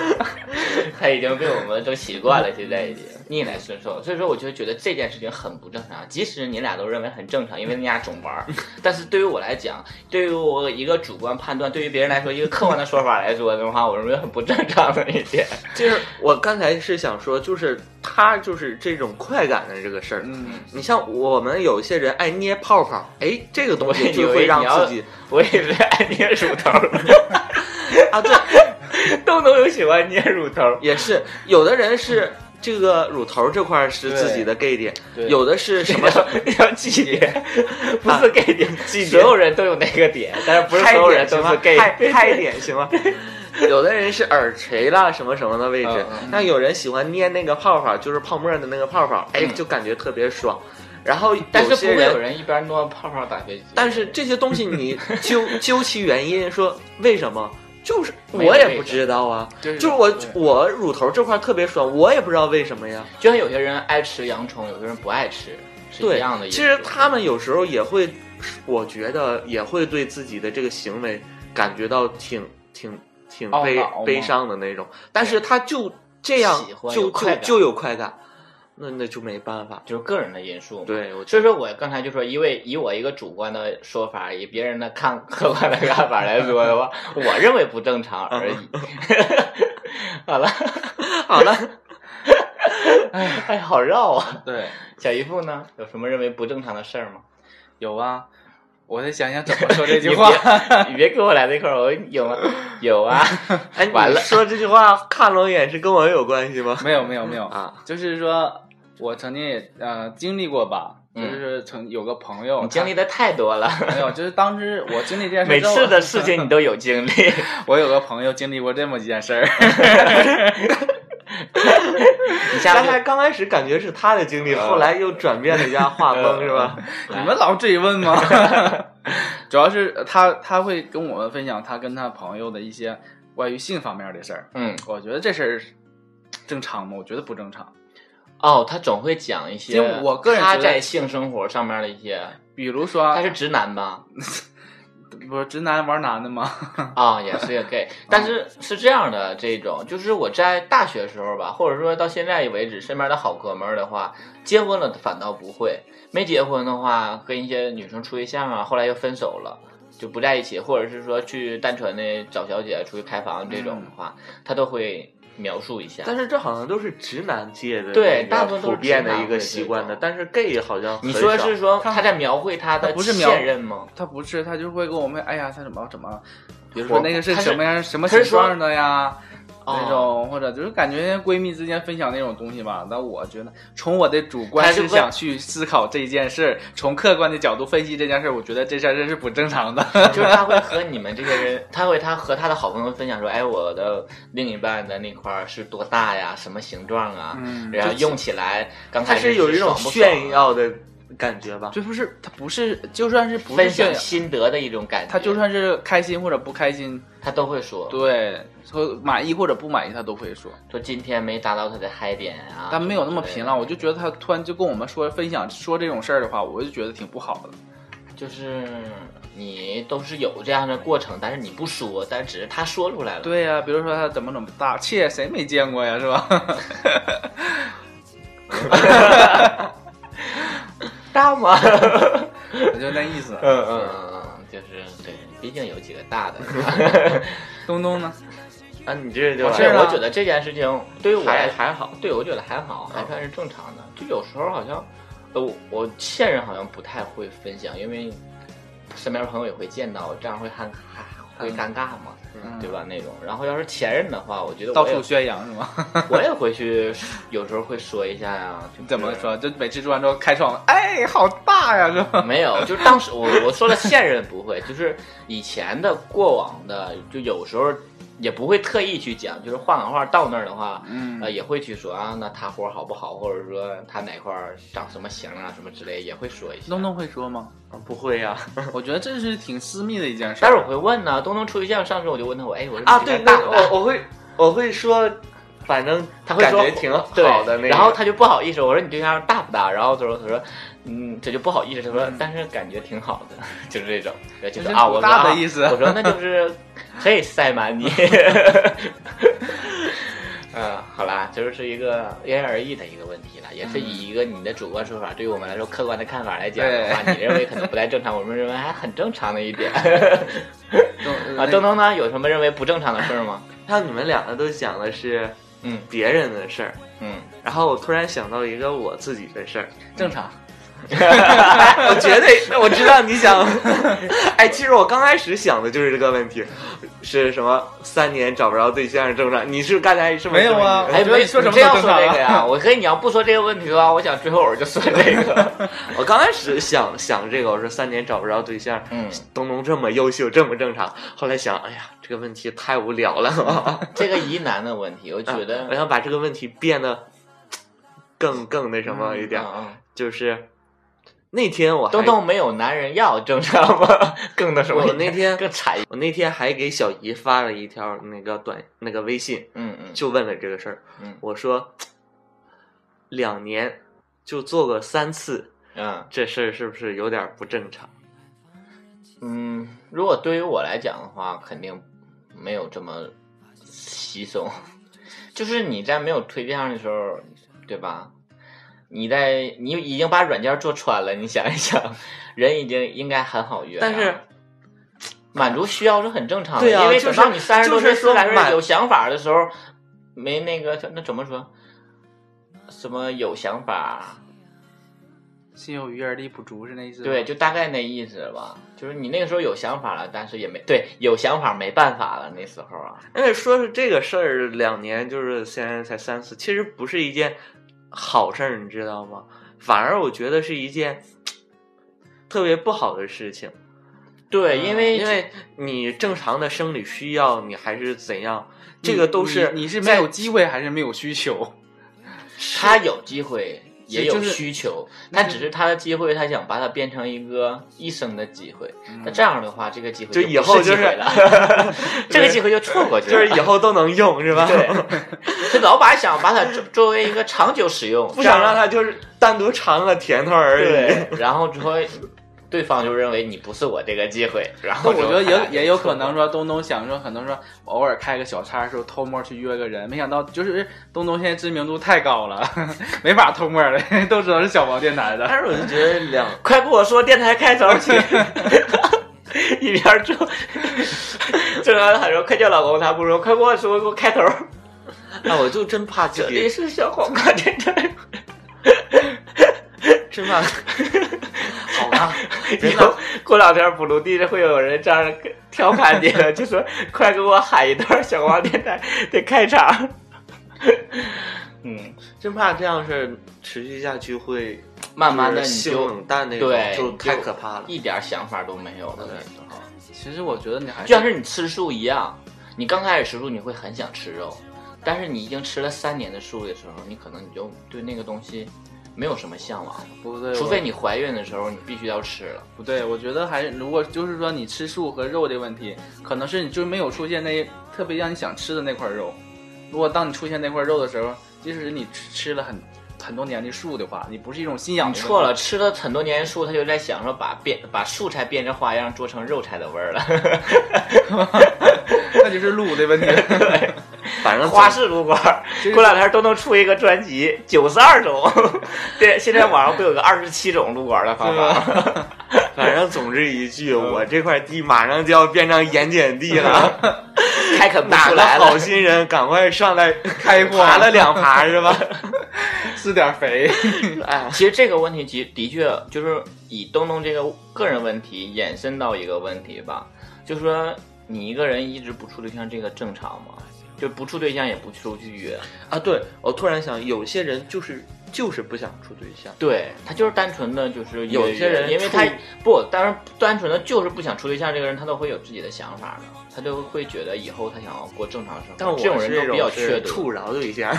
Speaker 2: (laughs) 他已经被我们都习惯了，现在已经逆来顺受。所以说，我就觉得这件事情很不正常。即使你俩都认为很正常，因为你俩总
Speaker 3: (laughs)
Speaker 2: 玩儿，但是对于我来讲，对于我一个主观判断，对于别人来说一个客观的说法来说的话，我认为很不正常的一点。
Speaker 3: 就是我刚才是想说，就是他就是这种快感的这个事儿。
Speaker 4: 嗯，
Speaker 3: 你像我们有一些人爱捏泡泡，哎，这个东西就会让
Speaker 2: (laughs)
Speaker 3: 自己
Speaker 2: 我以为爱捏
Speaker 3: (laughs)
Speaker 2: 乳头，
Speaker 3: 啊，对，
Speaker 2: 东东有喜欢捏乳头，
Speaker 3: 也是有的人是这个乳头这块是自己的 gay 点，
Speaker 4: 对
Speaker 3: 有的是什么
Speaker 2: 么叫祭点？不是 gay 点，
Speaker 3: 祭点
Speaker 2: 所有人都有那个点，但是不是所有人都是 gay
Speaker 3: 嗨点行吗嗨嗨点行吗？有的人是耳垂啦，什么什么的位置
Speaker 4: 嗯，
Speaker 3: 但有人喜欢捏那个泡泡，就是泡沫的那个泡泡，哎，就感觉特别爽。然后
Speaker 2: 嗯但是不
Speaker 3: 有些
Speaker 2: 会有
Speaker 3: 人，
Speaker 2: 人一边弄泡泡打飞机。
Speaker 3: 但是这些东
Speaker 2: (laughs)
Speaker 3: 西你究究其原因，说为什么？就是
Speaker 2: 没有
Speaker 3: 我也
Speaker 2: 为
Speaker 3: 不
Speaker 2: 什
Speaker 3: 知道啊，
Speaker 4: 就是
Speaker 3: 就是我
Speaker 4: 对
Speaker 3: 我乳头这块特别爽，我也不知道为什么呀。
Speaker 2: 就像有些人爱吃洋葱，有些人不爱吃，是
Speaker 3: 对，
Speaker 2: 一样的意思。
Speaker 3: 其实他们有时候也会，我觉得也会对自己的这个行为感觉到挺挺挺
Speaker 4: 懊恼
Speaker 3: 悲
Speaker 4: 吗
Speaker 3: 悲伤的那种，但是他就这样
Speaker 2: 喜欢
Speaker 3: 就
Speaker 2: 有快
Speaker 3: 就
Speaker 2: 感
Speaker 3: 就有快感，那那就没办法。
Speaker 2: 就是个人的因素。。
Speaker 3: 对，我
Speaker 2: 所以说我刚才就说，因为以我一个主观的说法，以别人的看客观的看法来说的话，我认为不正常而
Speaker 3: (laughs)
Speaker 2: 已。好了，
Speaker 3: 好了，
Speaker 2: (laughs) 哎，好绕啊！
Speaker 4: 对，
Speaker 2: 小姨夫呢，有什么认为不正常的事儿吗？
Speaker 4: 有啊，我得想想怎么说这句话。
Speaker 2: (laughs) 你别跟我来这块儿，我有吗？有啊，
Speaker 3: 哎，你
Speaker 2: 完了
Speaker 3: 说这句话看了我一眼是跟我有关系吗？
Speaker 4: (laughs) 没有没有没有
Speaker 3: 啊，
Speaker 4: 就是说我曾经也呃经历过吧，就是曾有个朋友
Speaker 2: (laughs) 嗯你经历的太多了，
Speaker 4: 他没有，就是当时我经历这件事
Speaker 2: (laughs) 每
Speaker 4: 之后，
Speaker 2: 次的事情你都有经历，
Speaker 4: 我有个朋友经历过这么一件事儿，
Speaker 2: (laughs) 嗯你下
Speaker 3: 刚
Speaker 2: 次
Speaker 3: 才刚开始感觉是他的经历，后来又转变了一 (laughs) 下画风，是吧？
Speaker 4: (laughs) 你们老追问
Speaker 2: (laughs)
Speaker 4: 吗？主要是他他会跟我们分享他跟他朋友的一些关于性方面的事儿，
Speaker 2: 嗯
Speaker 4: 我觉得这事儿正常吗？我觉得不正常。
Speaker 2: 哦，他总会讲一些
Speaker 4: 因为我个人
Speaker 2: 他
Speaker 4: 觉得
Speaker 2: 在性生活上面的一些，
Speaker 4: 比如说
Speaker 2: 他，是直男吧？
Speaker 4: 不是直男玩男的吗？
Speaker 2: 啊、也是个
Speaker 4: (laughs)
Speaker 2: gay，但是是这样的，这种就是我在大学时候吧，或者说到现在为止，身边的好哥们儿的话，结婚了反倒不会，没结婚的话，跟一些女生处对象啊，后来又分手了。就不在一起，或者是说去单纯的找小姐出去开房这种的
Speaker 4: 嗯
Speaker 2: 话，他都会描述一下。
Speaker 3: 但是这好像都是直男界的
Speaker 2: 对
Speaker 3: 那个
Speaker 2: 大部分都
Speaker 3: 普
Speaker 2: 是
Speaker 3: 遍
Speaker 2: 直
Speaker 3: 的
Speaker 2: 男
Speaker 3: 一个
Speaker 2: 会
Speaker 3: 习
Speaker 2: 这
Speaker 3: 惯的
Speaker 2: 种，
Speaker 3: 但是 gay 好像
Speaker 2: 你
Speaker 3: 很
Speaker 2: 说
Speaker 3: 少
Speaker 2: 是说他在描绘他的
Speaker 4: 他不是描
Speaker 2: 现任吗？
Speaker 4: 他不是，他就会跟我们哎呀，他怎么怎么，比如
Speaker 2: 我
Speaker 4: 说那个是
Speaker 2: 他是
Speaker 4: 什么样什么
Speaker 2: 他是
Speaker 4: 形
Speaker 2: 说
Speaker 4: 状的呀，
Speaker 2: 哦
Speaker 4: 那种或者就是感觉闺蜜之间分享那种东西吧。但我觉得从我的主
Speaker 2: 他
Speaker 4: 观
Speaker 2: 是
Speaker 4: 思想去思考这件事儿，从客观的角度分析这件事儿，我觉得这件事儿是不正常的。 (laughs)
Speaker 2: 就是他会和你们这些人，他会他和他的好朋友分享说，哎，我的另一半的那块儿是多大呀，什么形状啊，
Speaker 4: 嗯
Speaker 2: 然后用起来刚
Speaker 3: 他
Speaker 2: 开
Speaker 3: 是
Speaker 2: 始
Speaker 3: 有一种
Speaker 2: 爽不爽啊
Speaker 3: 炫，耀的感觉吧？
Speaker 4: 这不是他不是，就算是不是
Speaker 2: 分
Speaker 4: 炫
Speaker 2: 享
Speaker 4: 耀，
Speaker 2: 心得的一种感觉，
Speaker 4: 他就算是开心或者不开心，
Speaker 2: 他都会说，
Speaker 4: 对，和满意或者不满意他都会说。
Speaker 2: 说今天没达到他的嗨点啊，
Speaker 4: 但没有那么频了，我就
Speaker 2: 得
Speaker 4: 觉得他突然就跟我们说分享说这种事儿的话，我就觉得挺不好的。
Speaker 2: 就是你都是有这样的过程，但是你不说，但只是他说出来了，
Speaker 4: 对呀、比如说他怎么怎么大，切谁没见过呀，是吧？
Speaker 2: 大
Speaker 4: (laughs)
Speaker 2: 吗？
Speaker 4: 我就那意思。
Speaker 2: 嗯嗯嗯嗯，就是对，毕竟有几个大的。 (laughs)
Speaker 4: 东东呢？
Speaker 3: 啊，你这就
Speaker 2: 我
Speaker 4: 完
Speaker 2: 是
Speaker 4: 事儿
Speaker 2: 我
Speaker 4: 了
Speaker 2: 觉得这件事情对于我
Speaker 3: 还
Speaker 2: 来
Speaker 3: 还好，
Speaker 2: 对我觉得还好，
Speaker 4: 嗯
Speaker 2: 还算是正常的。就有时候好像，呃我我现任好像不太会分享，因为身边朋友也会见到，这样会尴尬，会尴尬嘛，
Speaker 4: 嗯
Speaker 2: 对吧？那种。然后要是前任的话，我觉得
Speaker 4: 到
Speaker 2: 我也
Speaker 4: 处宣扬是吗？
Speaker 2: 我也会去，有时候会说一下呀。就是
Speaker 4: 怎么？说？就每次做完之后开窗，哎，好大呀，是吧？
Speaker 2: 没有，就是当时我我说了现任不会，就是以前的过往的，就有时候也不会特意去讲，就是画岗画到那儿的话，
Speaker 4: 嗯
Speaker 2: 呃，也会去说啊，那他活好不好，或者说他哪块儿长什么形啊，什么之类，也会说一下。
Speaker 4: 东东会说吗？
Speaker 3: 不会啊呀、
Speaker 4: 我觉得这是挺私密的一件事
Speaker 2: 但
Speaker 4: 儿。
Speaker 2: 是我会问呢，东东处对象，上次我就问他，我哎，我说
Speaker 3: 啊，
Speaker 2: 你对象
Speaker 3: 对，那
Speaker 2: 大不大？
Speaker 3: 我我会我会说，反正
Speaker 2: 他会
Speaker 3: 感
Speaker 2: 说
Speaker 3: 觉挺好
Speaker 2: 对
Speaker 3: 的那个。
Speaker 2: 然后他就不好意思，我说你对象大不大？然后他说他说嗯，这就不好意思，他说但是感觉挺好的， (laughs) 就是这种，就
Speaker 4: 这是
Speaker 2: 啊，
Speaker 4: 多
Speaker 2: 我
Speaker 4: 大
Speaker 2: 说啊
Speaker 4: 的意思
Speaker 2: 我说那就是可以塞满你。嗯，好啦，这就是一个因人而异的一个问题了，也是以一个你的主观说法对于我们来说客观的看法来讲的话，
Speaker 4: 对
Speaker 2: 你认为可能不太正常，我们认为还很正常的一点。
Speaker 4: 东
Speaker 2: 啊，东东呢，有什么认为不正常的事儿吗？
Speaker 3: 像你们两个都讲的是
Speaker 2: 嗯
Speaker 3: 别人的事儿，
Speaker 2: 嗯，
Speaker 3: 然后我突然想到一个我自己的事儿，
Speaker 4: 正常，
Speaker 3: 哎我绝对我知道你
Speaker 2: (laughs)
Speaker 3: 想，哎，其实我刚开始想的就是这个问题，是什么三年找不着对象正常？你是刚才是不是
Speaker 4: 没有啊
Speaker 3: 这么
Speaker 2: (laughs)
Speaker 4: 我
Speaker 2: 哎，
Speaker 4: 觉得
Speaker 2: 没
Speaker 4: 你说什么
Speaker 2: 这
Speaker 4: 都
Speaker 2: 样
Speaker 4: 正
Speaker 2: 说
Speaker 4: 常
Speaker 2: 这
Speaker 4: 啊
Speaker 2: 个
Speaker 4: (laughs)
Speaker 2: 呀？我跟你要不说这个问题的话，我想最后我就说这
Speaker 4: (laughs)
Speaker 2: 个。
Speaker 3: 意思？我刚开始想想这个，我说三年找不着对象，
Speaker 2: 嗯，
Speaker 3: 东东这么优秀，这么正常。后来想，哎呀，这个问题太无聊了。
Speaker 2: 这个疑难的问题，我觉
Speaker 3: 啊
Speaker 2: 得
Speaker 3: (laughs)
Speaker 4: 嗯
Speaker 3: 我想把这个问题变得更更那什么一点，
Speaker 2: 嗯嗯
Speaker 3: 就是那天我还
Speaker 2: 东东没有男人要，正常吗？ (laughs) 更那什么？
Speaker 3: 我那天
Speaker 2: 更惨。
Speaker 3: 我那天还给小姨发了一条那个短那个微信，
Speaker 2: 嗯嗯，
Speaker 3: 就问了这个事儿。
Speaker 2: 嗯
Speaker 3: 我说两年就做个三次，
Speaker 2: 嗯
Speaker 3: 这事儿是不是有点不正常？
Speaker 2: 嗯，如果对于我来讲的话，肯定没有这么稀松。就是你在没有推对象的时候，对吧？你在你已经把软件做穿了，你想一想，人已经应该很好约啊、
Speaker 3: 但是
Speaker 2: 满足需要是很正常的，
Speaker 3: 对啊
Speaker 2: 因为
Speaker 3: 就
Speaker 2: 等
Speaker 3: 是
Speaker 2: 到你三十多岁、
Speaker 3: 就
Speaker 2: 四
Speaker 3: 是说
Speaker 2: 十来岁
Speaker 3: 满
Speaker 2: 有想法的时候，没那个那怎么说？什么有想法？
Speaker 4: 心有余而力不足是那意思吗。
Speaker 2: 对，就大概那意思吧。就是你那个时候有想法了，但是也没对有想法没办法了，那时候啊，
Speaker 3: 但是说是这个事儿，两年就是现在才三次，其实不是一件好事儿，你知道吗？反而我觉得是一件特别不好的事情。
Speaker 2: 对，嗯因为
Speaker 3: 因为你正常的生理需要，你还是怎样，这个都是
Speaker 4: 你你是没
Speaker 3: 在
Speaker 4: 有机会还是没有需求？
Speaker 2: 他有机会，也有
Speaker 4: 就是
Speaker 2: 需求，
Speaker 3: 嗯
Speaker 2: 他只是他的机会，他想把它变成一个一生的机会。那这样的话，这个机会
Speaker 3: 嗯就
Speaker 2: 不
Speaker 3: 以后
Speaker 2: 机
Speaker 3: 就是
Speaker 2: 会了，
Speaker 3: (laughs)
Speaker 2: 这个机会就错过去了，
Speaker 3: 就是以后都能用是吧？
Speaker 2: 对，
Speaker 3: (laughs)
Speaker 2: 这老板想把它作作为一个长久使用，
Speaker 3: 不想让
Speaker 2: 它
Speaker 3: 它就是单独尝个甜头而已
Speaker 2: 对。，然后之后对方就认为你不是我这个机会，然
Speaker 4: 那
Speaker 2: 后
Speaker 4: 我觉得
Speaker 2: 之后他
Speaker 4: 也也有可能说，东东想说，可能说偶尔开个小差的时候偷摸去约个人，没想到就是东东现在知名度太高了， (laughs) 没法偷摸了， (laughs) 都知道是小王电台的。
Speaker 3: 但是我就觉得两
Speaker 2: (laughs) 快跟我说电台开
Speaker 3: (laughs)
Speaker 2: 头去。 (laughs) 一边做，正常喊说快叫老公，他不说快给我说给我开头。
Speaker 3: 啊，我就真怕自
Speaker 2: 这里
Speaker 3: 己，
Speaker 2: 是小黄瓜电台，
Speaker 3: 真怕好吧，
Speaker 2: 以后过两天补录地会有人这样调侃你的，就说快给我喊一段小黄电台的开场。嗯，
Speaker 3: 真怕这样是持续下去会
Speaker 2: 慢慢的
Speaker 3: 就是
Speaker 2: 你
Speaker 3: 性
Speaker 2: 就
Speaker 3: 冷淡那种，
Speaker 2: 对
Speaker 3: 就
Speaker 2: 你
Speaker 3: 太可怕了。
Speaker 2: 一点想法都没有了
Speaker 3: 对
Speaker 2: 那时候。
Speaker 4: 其实我觉得你还
Speaker 2: 就像是你吃素一样，你刚开始吃素你会很想吃肉，但是你已经吃了三年的素的时候，你可能你就对那个东西没有什么向往了，
Speaker 4: 不对，
Speaker 2: 除
Speaker 4: 我
Speaker 2: 非你怀孕的时候你必须要吃了。
Speaker 4: 不对，我觉得还是如果就是说你吃素和肉的问题，可能是你就没有出现那特别让你想吃的那块肉。如果当你出现那块肉的时候，即使你吃吃了很很多年的素的话，你不是一种信仰
Speaker 2: 你
Speaker 4: 的问题
Speaker 2: 错了，吃了很多年素，他就在想说把变把素菜变成花样，做成肉菜的味儿
Speaker 3: (laughs)
Speaker 2: 了。
Speaker 4: 那就是路的问题。
Speaker 3: 反正
Speaker 2: 花式撸管儿，过两天都能出一个专辑，九十二
Speaker 3: (laughs)
Speaker 2: 种。对，现在网上不有个二十七种撸管儿的方法？
Speaker 3: 反正总之一句，
Speaker 2: 嗯
Speaker 3: 我这块地马上就要变成盐碱地了，
Speaker 2: (laughs) (laughs) 开垦不
Speaker 3: 哪
Speaker 2: 出
Speaker 3: 个
Speaker 2: 来
Speaker 3: 好
Speaker 2: 了。
Speaker 3: 心人赶快上来
Speaker 4: 开荒
Speaker 3: 爬了两耙
Speaker 2: (laughs)
Speaker 3: 是吧？
Speaker 4: 施点肥，
Speaker 3: (laughs) 哎，
Speaker 2: 其实这个问题其实的确就是以东东这个个人问题衍生到一个问题吧，就是说你一个人一直不处对象，这个正常吗？就不处对象也不出去约，
Speaker 3: 啊，对，我突然想，有些人就是就是不想处对象。
Speaker 2: 对他就是单纯的，就是
Speaker 3: 有
Speaker 2: 一
Speaker 3: 些人
Speaker 2: 因为他
Speaker 3: 处
Speaker 2: 不，当然单纯的就是不想处对象，这个人他都会有自己的想法的，他就会觉得以后他想要过正常生活。
Speaker 3: 但我
Speaker 2: 这种
Speaker 3: 是
Speaker 2: 人都比较
Speaker 3: 是
Speaker 2: 缺德。
Speaker 3: 处饶对象，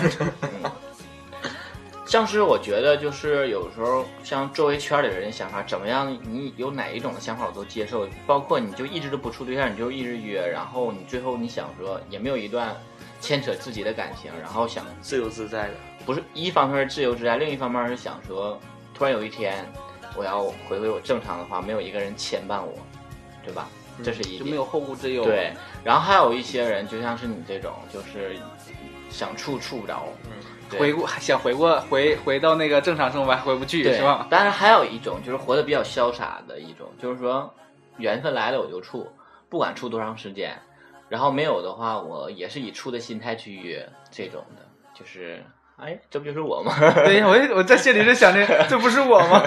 Speaker 2: 像是我觉得就是有时候像周围圈里的人想法怎么样，你有哪一种的想法我都接受，包括你就一直都不处对象，你就一直约，然后你最后你想说也没有一段牵扯自己的感情，然后想
Speaker 3: 自由自在的。
Speaker 2: 不是一方面是自由之爱，另一方面是想说，突然有一天我要回归我正常的话，没有一个人牵绊我，对吧？ (laughs) 这是一
Speaker 4: 嗯就
Speaker 2: 点。
Speaker 4: 没有后顾之忧。
Speaker 2: 对，，然后还有一些人，就像是你这种，就是想处处不着，对
Speaker 4: 嗯回顾想回过回回到那个正常生活还回不去
Speaker 2: 对
Speaker 4: 是吧？
Speaker 2: 当然还有一种就是活得比较潇洒的一种，就是说缘分来了我就处，不管处多长时间，然后没有的话，我也是以处的心态去约这种的，就是哎，这不就是我吗？ (laughs)
Speaker 4: 对呀，我也我在心里是想 (laughs) 着，这不是我吗？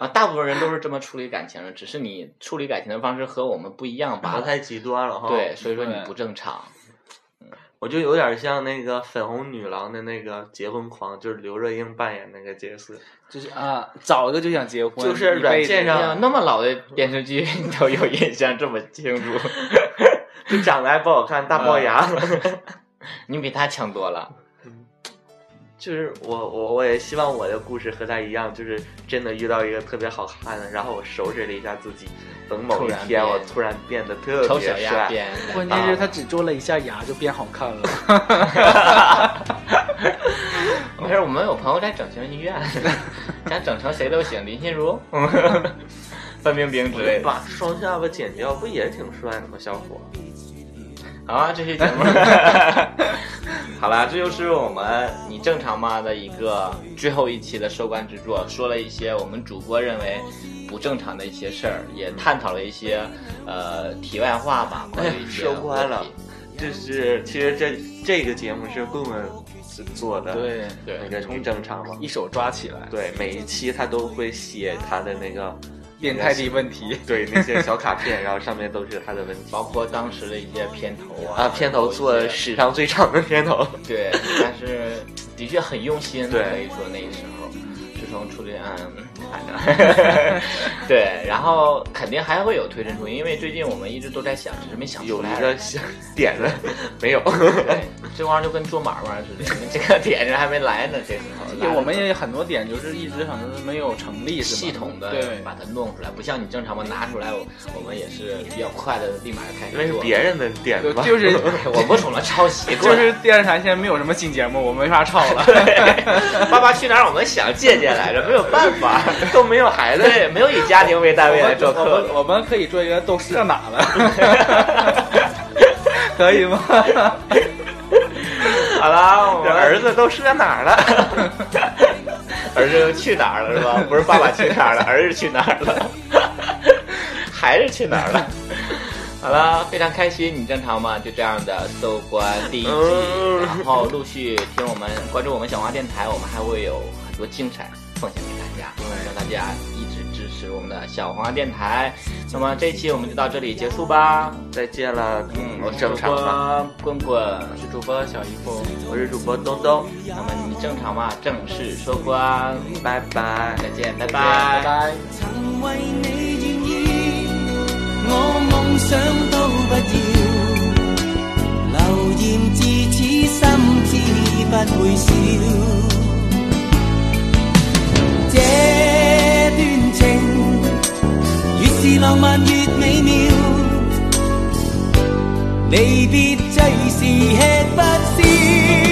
Speaker 2: 啊，大部分人都是这么处理感情的，只是你处理感情的方式和我们不一样罢
Speaker 3: 打的
Speaker 2: 了。
Speaker 3: 太极端了哈。
Speaker 2: 对，，所以说你
Speaker 4: 对
Speaker 2: 不正常。
Speaker 3: 我就有点像那个粉红女郎的那个结婚狂，就是刘若英扮演那个杰斯。
Speaker 4: 就是啊，早一个就想结婚，
Speaker 3: 就是软件
Speaker 2: 哎
Speaker 3: 上
Speaker 2: 呀，那么老的电视剧 (laughs) 你都有印象这么清楚， (laughs)
Speaker 3: 就长得还不好看，大龅牙。
Speaker 2: 嗯你比他强多了。
Speaker 3: (laughs) 就是我我我也希望我的故事和他一样，就是真的遇到一个特别好看的，然后我收拾了一下自己，等某
Speaker 2: 突
Speaker 3: 一
Speaker 2: 然
Speaker 3: 天
Speaker 2: 变
Speaker 3: 我突然变得特
Speaker 2: 丑小
Speaker 3: 别
Speaker 2: 鸭
Speaker 3: 帅。
Speaker 2: 变
Speaker 4: 一辈子关键是他只做了一下牙就变好看了。
Speaker 2: 没事，我们有朋友在整形医院，想整成谁都行，林心如、范冰冰之类的。
Speaker 3: 把双下巴剪掉，不也挺帅的吗？小伙，
Speaker 2: 好啊，这期节目，好啦，这就是我们你正常吗的一个最后一期的收官之作，说了一些我们主播认为不正常的一些事儿，也探讨了一些呃题外话吧，关于一些
Speaker 3: 收官了
Speaker 2: 问题。
Speaker 3: 就是其实这这个节目是棍棍做的，，
Speaker 4: 对，
Speaker 2: 对，
Speaker 3: 那个从正常嘛，
Speaker 4: 一手抓起来，
Speaker 3: 对，每一期他都会写他的那个
Speaker 4: 变态的问题。
Speaker 3: 对那些小卡片，然后上面都是他的问 (laughs) 题
Speaker 2: 包括当时的一些片头啊，
Speaker 3: 啊，片头做
Speaker 2: 的
Speaker 3: 了史上最长的片头。
Speaker 2: 对，但是的确很用心，啊
Speaker 3: 对
Speaker 2: 可以说那时候，自从初恋，嗯，反
Speaker 4: (laughs)
Speaker 2: 正对，然后肯定还会有推陈出新，因为最近我们一直都在想，只是没想
Speaker 3: 有
Speaker 2: 出来
Speaker 3: 一
Speaker 2: 而已。
Speaker 3: 个小点子没有，啊
Speaker 2: 对，这玩意儿就跟做买卖似的，这个点子还没来呢，这时
Speaker 4: (laughs)
Speaker 2: 候
Speaker 4: 哎也我们也有很多点就是一直好像是没有成立，是吧
Speaker 2: 系统的
Speaker 4: 对
Speaker 2: 把它弄出来，不像你正常嘛拿出来，我我们也是比较快的，立马就开始
Speaker 3: 因为是
Speaker 2: 做
Speaker 3: 别。人的点子
Speaker 4: 就
Speaker 3: 吧，
Speaker 4: 就是
Speaker 2: 哎我不懂了，抄袭过
Speaker 4: 就
Speaker 2: 来
Speaker 4: 是电视台现在没有什么新节目，我没法唱了。
Speaker 2: (laughs) 爸爸去哪儿？我们想借鉴来着，没有办法，都没有孩子，对，没有以家庭为单位来做
Speaker 4: 我
Speaker 2: 客
Speaker 4: 们
Speaker 2: 的。
Speaker 4: 我们可以做一个都上哪了，
Speaker 3: (laughs)
Speaker 4: (laughs) 可以吗？
Speaker 2: 好了，我
Speaker 3: (laughs) 这
Speaker 2: 们
Speaker 3: 儿子都是在哪儿了？ (laughs)
Speaker 2: 儿子去哪儿了是 (laughs) 吧？不是爸爸去哪儿了，儿子去哪儿 (laughs) 了？还是去哪儿了？ (laughs) 好了，非常开心，你正常吗？就这样的搜官第一季，
Speaker 3: 嗯
Speaker 2: 然后陆续听我们关注我们小花电台，我们还会有很多精彩奉献给大家，让大家一直支持我们的小黄花电台。那么这一期我们就到这里结束吧。
Speaker 3: 再见了，
Speaker 2: 嗯，我
Speaker 3: 我
Speaker 2: 是
Speaker 3: 正
Speaker 2: 主
Speaker 3: 常吗？
Speaker 2: 播棍棍，
Speaker 4: 我是主播小姨夫，
Speaker 3: 我是主播东东，
Speaker 2: 那么你正常吗？正式收官，
Speaker 3: 拜拜。
Speaker 2: 再见，拜
Speaker 4: 拜
Speaker 2: 拜。
Speaker 4: 拜。
Speaker 11: 曾为你愿意，我梦想都不要。流言自此心知不会少，这段情越是浪漫越美妙。离别最是吃不消。